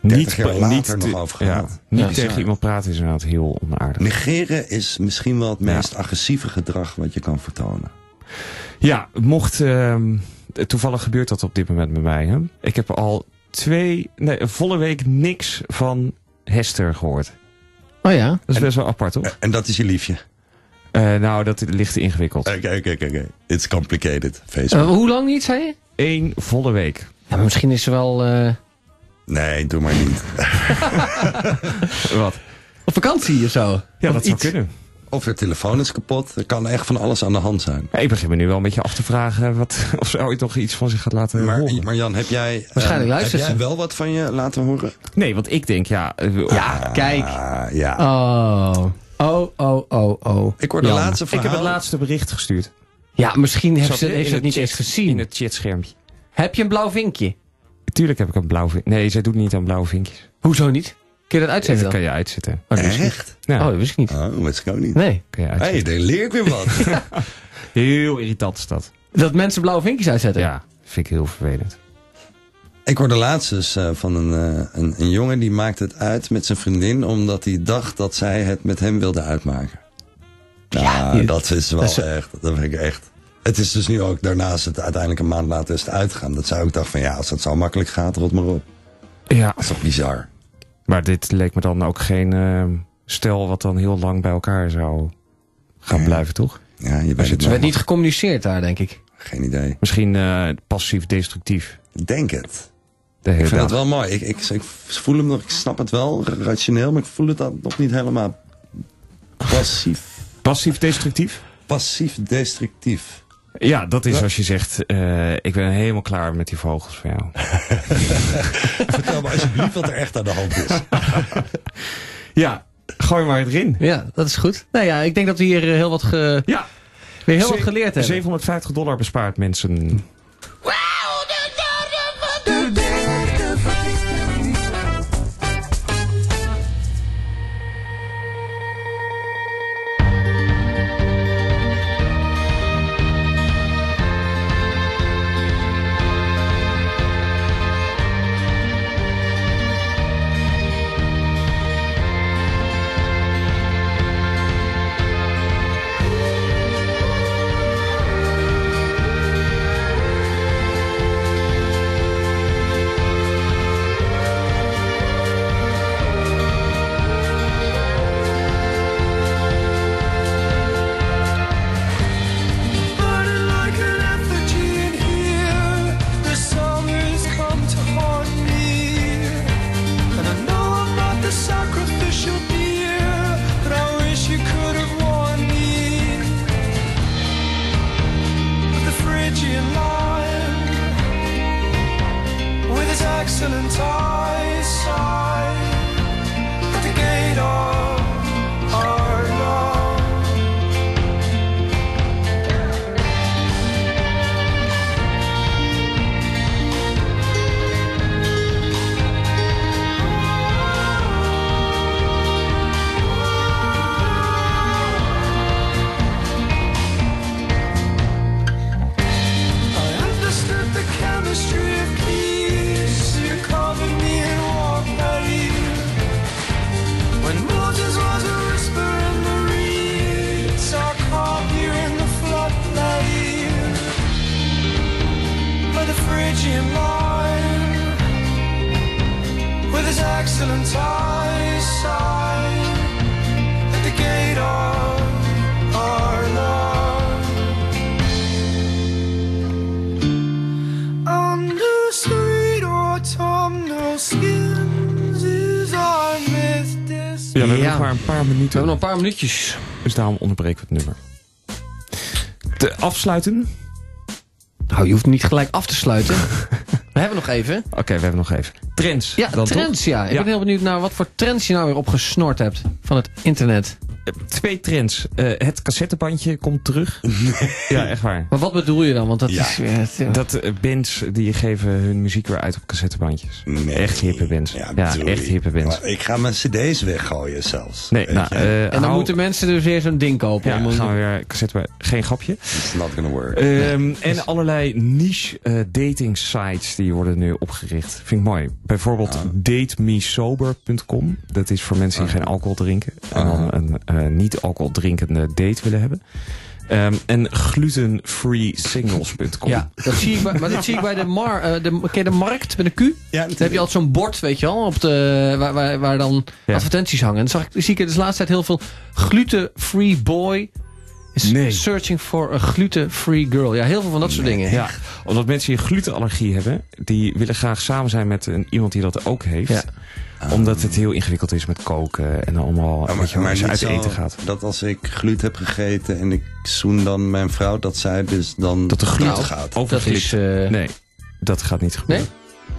Speaker 2: niet,
Speaker 1: 30 jaar
Speaker 2: pa-
Speaker 1: later
Speaker 2: niet
Speaker 1: nog
Speaker 2: te-
Speaker 1: over
Speaker 2: ja,
Speaker 1: gehad.
Speaker 2: niet
Speaker 3: Ja,
Speaker 2: tegen
Speaker 1: bizar.
Speaker 2: iemand praten is inderdaad heel onaardig.
Speaker 1: negeren is misschien wel het meest agressieve gedrag wat je kan vertonen.
Speaker 2: Ja, mocht... ehm, toevallig gebeurt dat op dit moment met mij. Hè? Ik heb al twee... Nee, een volle week niks van Hester gehoord.
Speaker 3: Oh ja.
Speaker 2: Dat is best wel apart, toch?
Speaker 1: En dat is je liefje.
Speaker 2: Eh, nou, dat ligt ingewikkeld.
Speaker 1: Oké, oké, oké, oké. It's complicated,
Speaker 3: Eh,
Speaker 1: Facebook.
Speaker 3: hoe lang niet, zei je?
Speaker 2: Eén volle week.
Speaker 3: Ja, maar misschien is ze wel eh,
Speaker 1: Nee, doe maar niet.
Speaker 2: Wat?
Speaker 3: op vakantie of zo.
Speaker 2: Ja,
Speaker 3: Of
Speaker 2: dat zou
Speaker 3: iets.
Speaker 2: kunnen.
Speaker 1: Of je telefoon is kapot. Er kan echt van alles aan de hand zijn.
Speaker 2: Ja, ik begin me nu wel een beetje af te vragen wat, of ze ooit nog iets van zich gaat laten
Speaker 1: Maar,
Speaker 2: horen.
Speaker 1: maar Jan, heb jij,
Speaker 3: Waarschijnlijk
Speaker 1: eh, heb
Speaker 3: luistert
Speaker 1: jij
Speaker 3: ze.
Speaker 1: wel wat van je laten horen?
Speaker 2: Nee, want ik denk, ja... eh,
Speaker 3: Ja, kijk.
Speaker 1: Ah, ja.
Speaker 3: Oh. Oh, oh, oh, oh.
Speaker 1: Ik hoorde
Speaker 3: Jan.
Speaker 1: laatste
Speaker 2: Ik
Speaker 1: verhaal.
Speaker 2: heb het laatste bericht gestuurd.
Speaker 3: Ja, misschien heeft
Speaker 2: Zat
Speaker 3: ze,
Speaker 2: in
Speaker 3: heeft ze het
Speaker 2: het
Speaker 3: niet eens
Speaker 2: chat-
Speaker 3: gezien.
Speaker 2: In het chatschermpje.
Speaker 3: Heb je een blauw vinkje?
Speaker 2: Tuurlijk heb ik een blauw vinkje. Nee, zij doet niet aan blauwe vinkjes.
Speaker 3: Hoezo niet? Kun je dat
Speaker 2: Dat
Speaker 3: uitzetten dan?
Speaker 2: kan je uitzetten.
Speaker 3: Oh, dat wist ik niet.
Speaker 1: Echt?
Speaker 2: Ja,
Speaker 3: Oh, dat wist ik niet.
Speaker 1: Oh, dat is ook niet.
Speaker 3: Nee.
Speaker 2: kan je
Speaker 1: Hé,
Speaker 2: uitzetten.
Speaker 1: hey, daar leer ik weer wat.
Speaker 2: Heel irritant is dat.
Speaker 3: Dat mensen blauwe vinkjes uitzetten?
Speaker 2: Ja, vind ik heel vervelend.
Speaker 1: Ik hoorde laatst eens eh, van een, eh, een, een jongen die maakte het uit met zijn vriendin omdat hij dacht dat zij het met hem wilde uitmaken. Nou,
Speaker 3: die-
Speaker 1: dat is wel
Speaker 3: dat is-
Speaker 1: echt. Dat vind ik echt. Het is dus nu ook daarnaast, het, uiteindelijk een maand later is het uitgegaan. Dat zij ook dacht van ja, als dat zo makkelijk gaat, rot maar op.
Speaker 2: Ja.
Speaker 1: Dat is toch bizar?
Speaker 2: Maar dit leek me dan ook geen ehm, stel wat dan heel lang bij elkaar zou gaan
Speaker 1: Ja.
Speaker 2: blijven, toch?
Speaker 1: Ja, je
Speaker 2: het
Speaker 1: weet het
Speaker 3: Er
Speaker 1: wel.
Speaker 3: werd niet gecommuniceerd daar, denk ik.
Speaker 1: Geen idee.
Speaker 2: Misschien eh, passief-destructief.
Speaker 1: Ik denk het.
Speaker 2: De hele
Speaker 1: Ik vind
Speaker 2: dag.
Speaker 1: het wel mooi. Ik, ik, ik voel hem nog, ik snap het wel ra- rationeel, maar ik voel het dan nog niet helemaal passief.
Speaker 2: Passief-destructief?
Speaker 1: Passief destructief.
Speaker 2: Ja, dat is als je zegt, eh, ik ben helemaal klaar met die vogels van jou.
Speaker 1: Vertel me alsjeblieft wat er echt aan de hand is.
Speaker 2: ja, gooi maar erin.
Speaker 3: Ja, dat is goed. Nou ja, ik denk dat we hier eh, heel wat, ge-
Speaker 2: Ja,
Speaker 3: weer heel wat
Speaker 2: ze-
Speaker 3: geleerd hebben.
Speaker 2: 750 dollar bespaard mensen.
Speaker 7: Burning like an effigy in here. The song has come to haunt me. And I know I'm not the sacrificial deer, but I wish you could have warned me. With the Phrygian lion, with his excellent eyesight, at the gate of our love. I understood the chemistry
Speaker 2: paar minuten.
Speaker 3: hebben nog een paar minuutjes.
Speaker 2: Dus daarom onderbreken we het nummer. Te afsluiten.
Speaker 3: Nou, je hoeft niet gelijk af te sluiten. We hebben nog even.
Speaker 2: Oké, we hebben nog even. Trends.
Speaker 3: Ja,
Speaker 2: dan
Speaker 3: trends, ja. Ik
Speaker 2: Ja.
Speaker 3: ben heel benieuwd naar wat voor trends je nou weer opgesnord hebt van het internet.
Speaker 2: toch? Eh, Twee trends. Eh, het cassettebandje komt terug. ja, echt waar.
Speaker 3: Maar wat bedoel je dan? Want dat
Speaker 1: Ja.
Speaker 3: is weer... het-
Speaker 2: Dat eh, bands die geven hun muziek weer uit op cassettebandjes.
Speaker 1: Nee.
Speaker 2: Echt hippe bands. Ja,
Speaker 1: Ja, bedoel
Speaker 2: echt
Speaker 1: je.
Speaker 2: hippe bands.
Speaker 1: Maar ik ga mijn cd's weggooien zelfs.
Speaker 2: Nee,
Speaker 1: Weet
Speaker 2: nou,
Speaker 1: je.
Speaker 2: eh,
Speaker 3: en dan
Speaker 2: hou-
Speaker 3: moeten mensen dus weer zo'n ding kopen.
Speaker 2: ja,
Speaker 3: om een-
Speaker 2: gaan we weer cassette. Geen grapje.
Speaker 1: It's not gonna work.
Speaker 2: Ehm,
Speaker 3: dus-
Speaker 2: En allerlei niche eh, dating sites die worden nu opgericht. Vind ik mooi. Bijvoorbeeld
Speaker 3: Ah.
Speaker 2: datemesober.com. Dat is voor mensen die geen alcohol drinken.
Speaker 3: Ah.
Speaker 2: En dan een eh, niet alcohol drinkende date willen hebben. Ehm, en glutenfreesingles.com.
Speaker 3: Ja, dat zie ik bij, maar dat zie ik bij de, mar, eh, de, ken je de markt met een Q.
Speaker 1: ja,
Speaker 3: Dan heb je altijd zo'n bord, weet je wel, op de, waar, waar, waar dan
Speaker 2: Ja.
Speaker 3: advertenties hangen. En dan zag ik, zie ik er dus de laatste tijd heel veel gluten-free boy is
Speaker 2: Nee.
Speaker 3: searching for a gluten-free girl. Ja, heel veel van dat soort dingen.
Speaker 2: Ja, omdat mensen die een glutenallergie hebben, die willen graag samen zijn met een, iemand die dat ook heeft.
Speaker 3: Ja. Ah.
Speaker 2: Omdat het heel ingewikkeld is met koken en allemaal.
Speaker 1: Ja,
Speaker 2: weet je, wel, als je uit
Speaker 1: niet zo
Speaker 2: eten gaat.
Speaker 1: Dat als ik gluten heb gegeten en ik zoen dan mijn vrouw, dat zij dus dan
Speaker 2: Dat de
Speaker 1: gluten
Speaker 2: gluten
Speaker 1: gaat.
Speaker 3: Dat
Speaker 2: Overgelicht.
Speaker 3: is... eh,
Speaker 2: Nee, dat gaat niet gebeuren.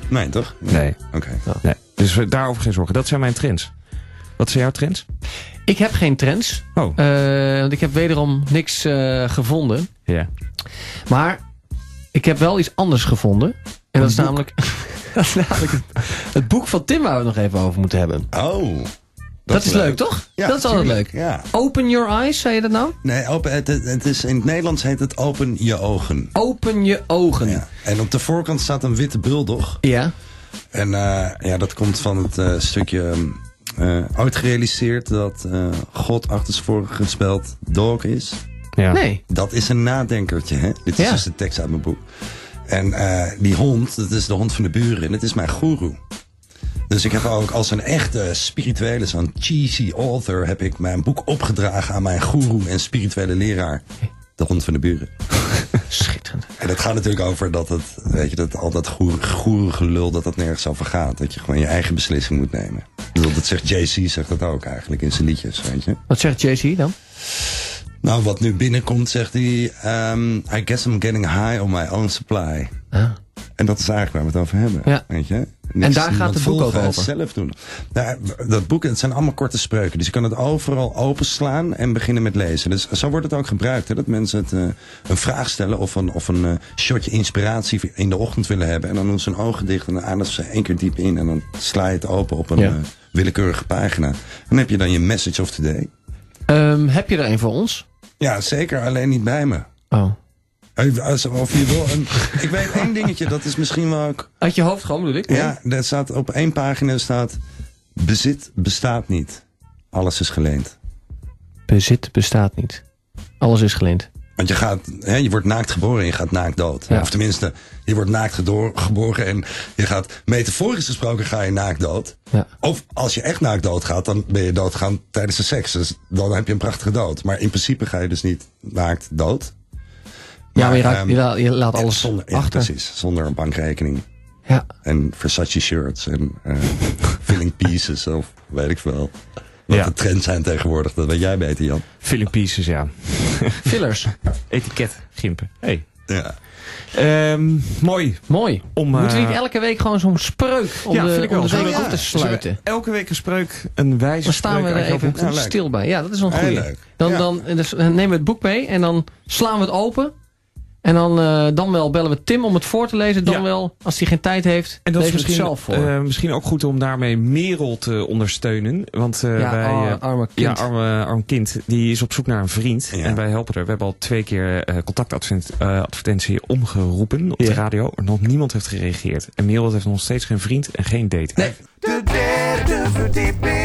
Speaker 1: Nee, toch?
Speaker 2: Nee.
Speaker 1: Oké.
Speaker 2: Nee. Dus we- daarover geen zorgen. Dat zijn mijn trends. Wat zijn jouw trends?
Speaker 3: Ik heb geen trends,
Speaker 2: Oh,
Speaker 3: eh, want ik heb wederom niks eh, gevonden.
Speaker 2: ja.
Speaker 3: Maar ik heb wel iets anders gevonden. En dat is, namelijk, dat is namelijk het, het boek van Tim waar we het nog even over moeten hebben.
Speaker 1: Oh. Dat,
Speaker 3: Dat, is leuk, toch?
Speaker 1: Ja,
Speaker 3: dat is altijd
Speaker 1: tuurlijk.
Speaker 3: leuk.
Speaker 1: Ja.
Speaker 3: Open your eyes, zei je dat nou?
Speaker 1: Nee, open, het, het- het is, in het Nederlands heet het open je ogen.
Speaker 3: Open je ogen.
Speaker 1: Ja.
Speaker 3: Ja.
Speaker 1: En op de voorkant staat een witte bulldog. En eh, ja, dat komt van het eh, stukje eh ooit gerealiseerd dat eh, God achterstevoren gespeld dog is.
Speaker 2: ja.
Speaker 3: Nee.
Speaker 1: Dat is een nadenkertje, hè? Dit is
Speaker 3: Ja.
Speaker 1: dus de tekst uit mijn boek. En eh, die hond, dat is de hond van de buren en het is mijn guru. Dus ik heb ook als een echte spirituele, zo'n cheesy author, heb ik mijn boek opgedragen aan mijn guru en spirituele leraar. De hond van de buren.
Speaker 3: Schitterend.
Speaker 1: En dat gaat natuurlijk over dat het, weet je, dat al dat goer- goerengelul, dat dat nergens over gaat. Dat je gewoon je eigen beslissing moet nemen. Ik bedoel, dat zegt Jay-Z, zegt dat ook eigenlijk in zijn liedjes, weet je.
Speaker 3: Wat zegt Jay-Z dan?
Speaker 1: Nou, wat nu binnenkomt, zegt hij, ehm, I guess I'm getting high on my own supply. En dat is eigenlijk waar we het over hebben.
Speaker 3: Ja.
Speaker 1: Weet je?
Speaker 3: En daar gaat
Speaker 1: niemand
Speaker 3: het boek
Speaker 1: volgen,
Speaker 3: ook over.
Speaker 1: Zelf doen. Nou, dat boek, het zijn allemaal korte spreuken. Dus je kan het overal openslaan en beginnen met lezen. Dus zo wordt het ook gebruikt. Hè? Dat mensen het, eh, een vraag stellen of een, of een eh, shotje inspiratie in de ochtend willen hebben. En dan doen ze hun ogen dicht en dan ademen ze één keer diep in. En dan sla je het open op een
Speaker 3: Ja.
Speaker 1: eh, willekeurige pagina. En dan heb je dan je message of the day.
Speaker 3: Ehm, heb je er een voor ons?
Speaker 1: Ja, zeker. Alleen niet bij me.
Speaker 3: Oh.
Speaker 1: Hey, als- Of je wil een, ik weet één dingetje, dat is misschien wel ook...
Speaker 3: Uit je hoofd gewoon bedoel ik?
Speaker 1: Ja, daar staat op één pagina staat... Bezit bestaat niet. Alles is geleend.
Speaker 3: Bezit bestaat niet. Alles is geleend.
Speaker 1: Want je, gaat, hè, je wordt naakt geboren en je gaat naakt dood.
Speaker 3: Ja.
Speaker 1: Of tenminste, je wordt naakt gedoor, geboren en je gaat... Metaforisch gesproken ga je naakt dood.
Speaker 3: Ja.
Speaker 1: Of als je echt naakt dood gaat, dan ben je doodgaan tijdens de seks. Dus dan heb je een prachtige dood. Maar in principe ga je dus niet naakt dood.
Speaker 3: ja, maar je, raakt,
Speaker 1: ehm,
Speaker 3: je, laat, je laat alles
Speaker 1: zonder, ja,
Speaker 3: achter.
Speaker 1: precies. Zonder een bankrekening.
Speaker 3: Ja.
Speaker 1: En Versace shirts en eh, filling pieces of weet ik veel. Wat
Speaker 2: Ja.
Speaker 1: de trends zijn tegenwoordig, dat weet jij beter Jan.
Speaker 2: Filling pieces, ja.
Speaker 3: Fillers.
Speaker 2: Etiket, gimpen. Hey.
Speaker 1: Ja.
Speaker 2: Ehm, mooi.
Speaker 3: Mooi.
Speaker 2: Om,
Speaker 3: Moeten we
Speaker 2: eh,
Speaker 3: niet elke week gewoon zo'n spreuk om
Speaker 2: Ja,
Speaker 3: de,
Speaker 2: vind ik
Speaker 3: om
Speaker 2: wel.
Speaker 3: de
Speaker 2: Zullen
Speaker 3: week
Speaker 1: we-
Speaker 3: af te
Speaker 2: Zullen we
Speaker 3: sluiten?
Speaker 2: elke week een spreuk, een wijze
Speaker 3: Dan staan we
Speaker 2: spreuk
Speaker 3: er
Speaker 2: uit jouw
Speaker 3: even
Speaker 2: boek? Nou,
Speaker 1: Ja, leuk.
Speaker 3: stil bij. Ja, dat is wel een
Speaker 1: Heel
Speaker 3: goeie.
Speaker 1: leuk.
Speaker 3: Dan,
Speaker 1: Ja.
Speaker 3: dan, dus, eh, nemen we het boek mee en dan slaan we het open. En dan, eh, dan wel bellen we Tim om het voor te lezen. Dan
Speaker 2: Ja.
Speaker 3: wel, als hij geen tijd heeft,
Speaker 2: En dat is
Speaker 3: lezen we het
Speaker 2: misschien,
Speaker 3: zelf voor.
Speaker 2: eh, misschien ook goed om daarmee Merel te ondersteunen. Want eh,
Speaker 3: ja,
Speaker 2: wij,
Speaker 3: oh,
Speaker 2: eh,
Speaker 3: arme kind.
Speaker 2: Ja, arme, arm kind. Die is op zoek naar een vriend.
Speaker 1: Ja.
Speaker 2: En wij helpen haar. We hebben al twee keer eh, contactadvertentie omgeroepen op de radio. Maar nog niemand heeft gereageerd. En Merel heeft nog steeds geen vriend en geen date.
Speaker 8: De derde verdieping.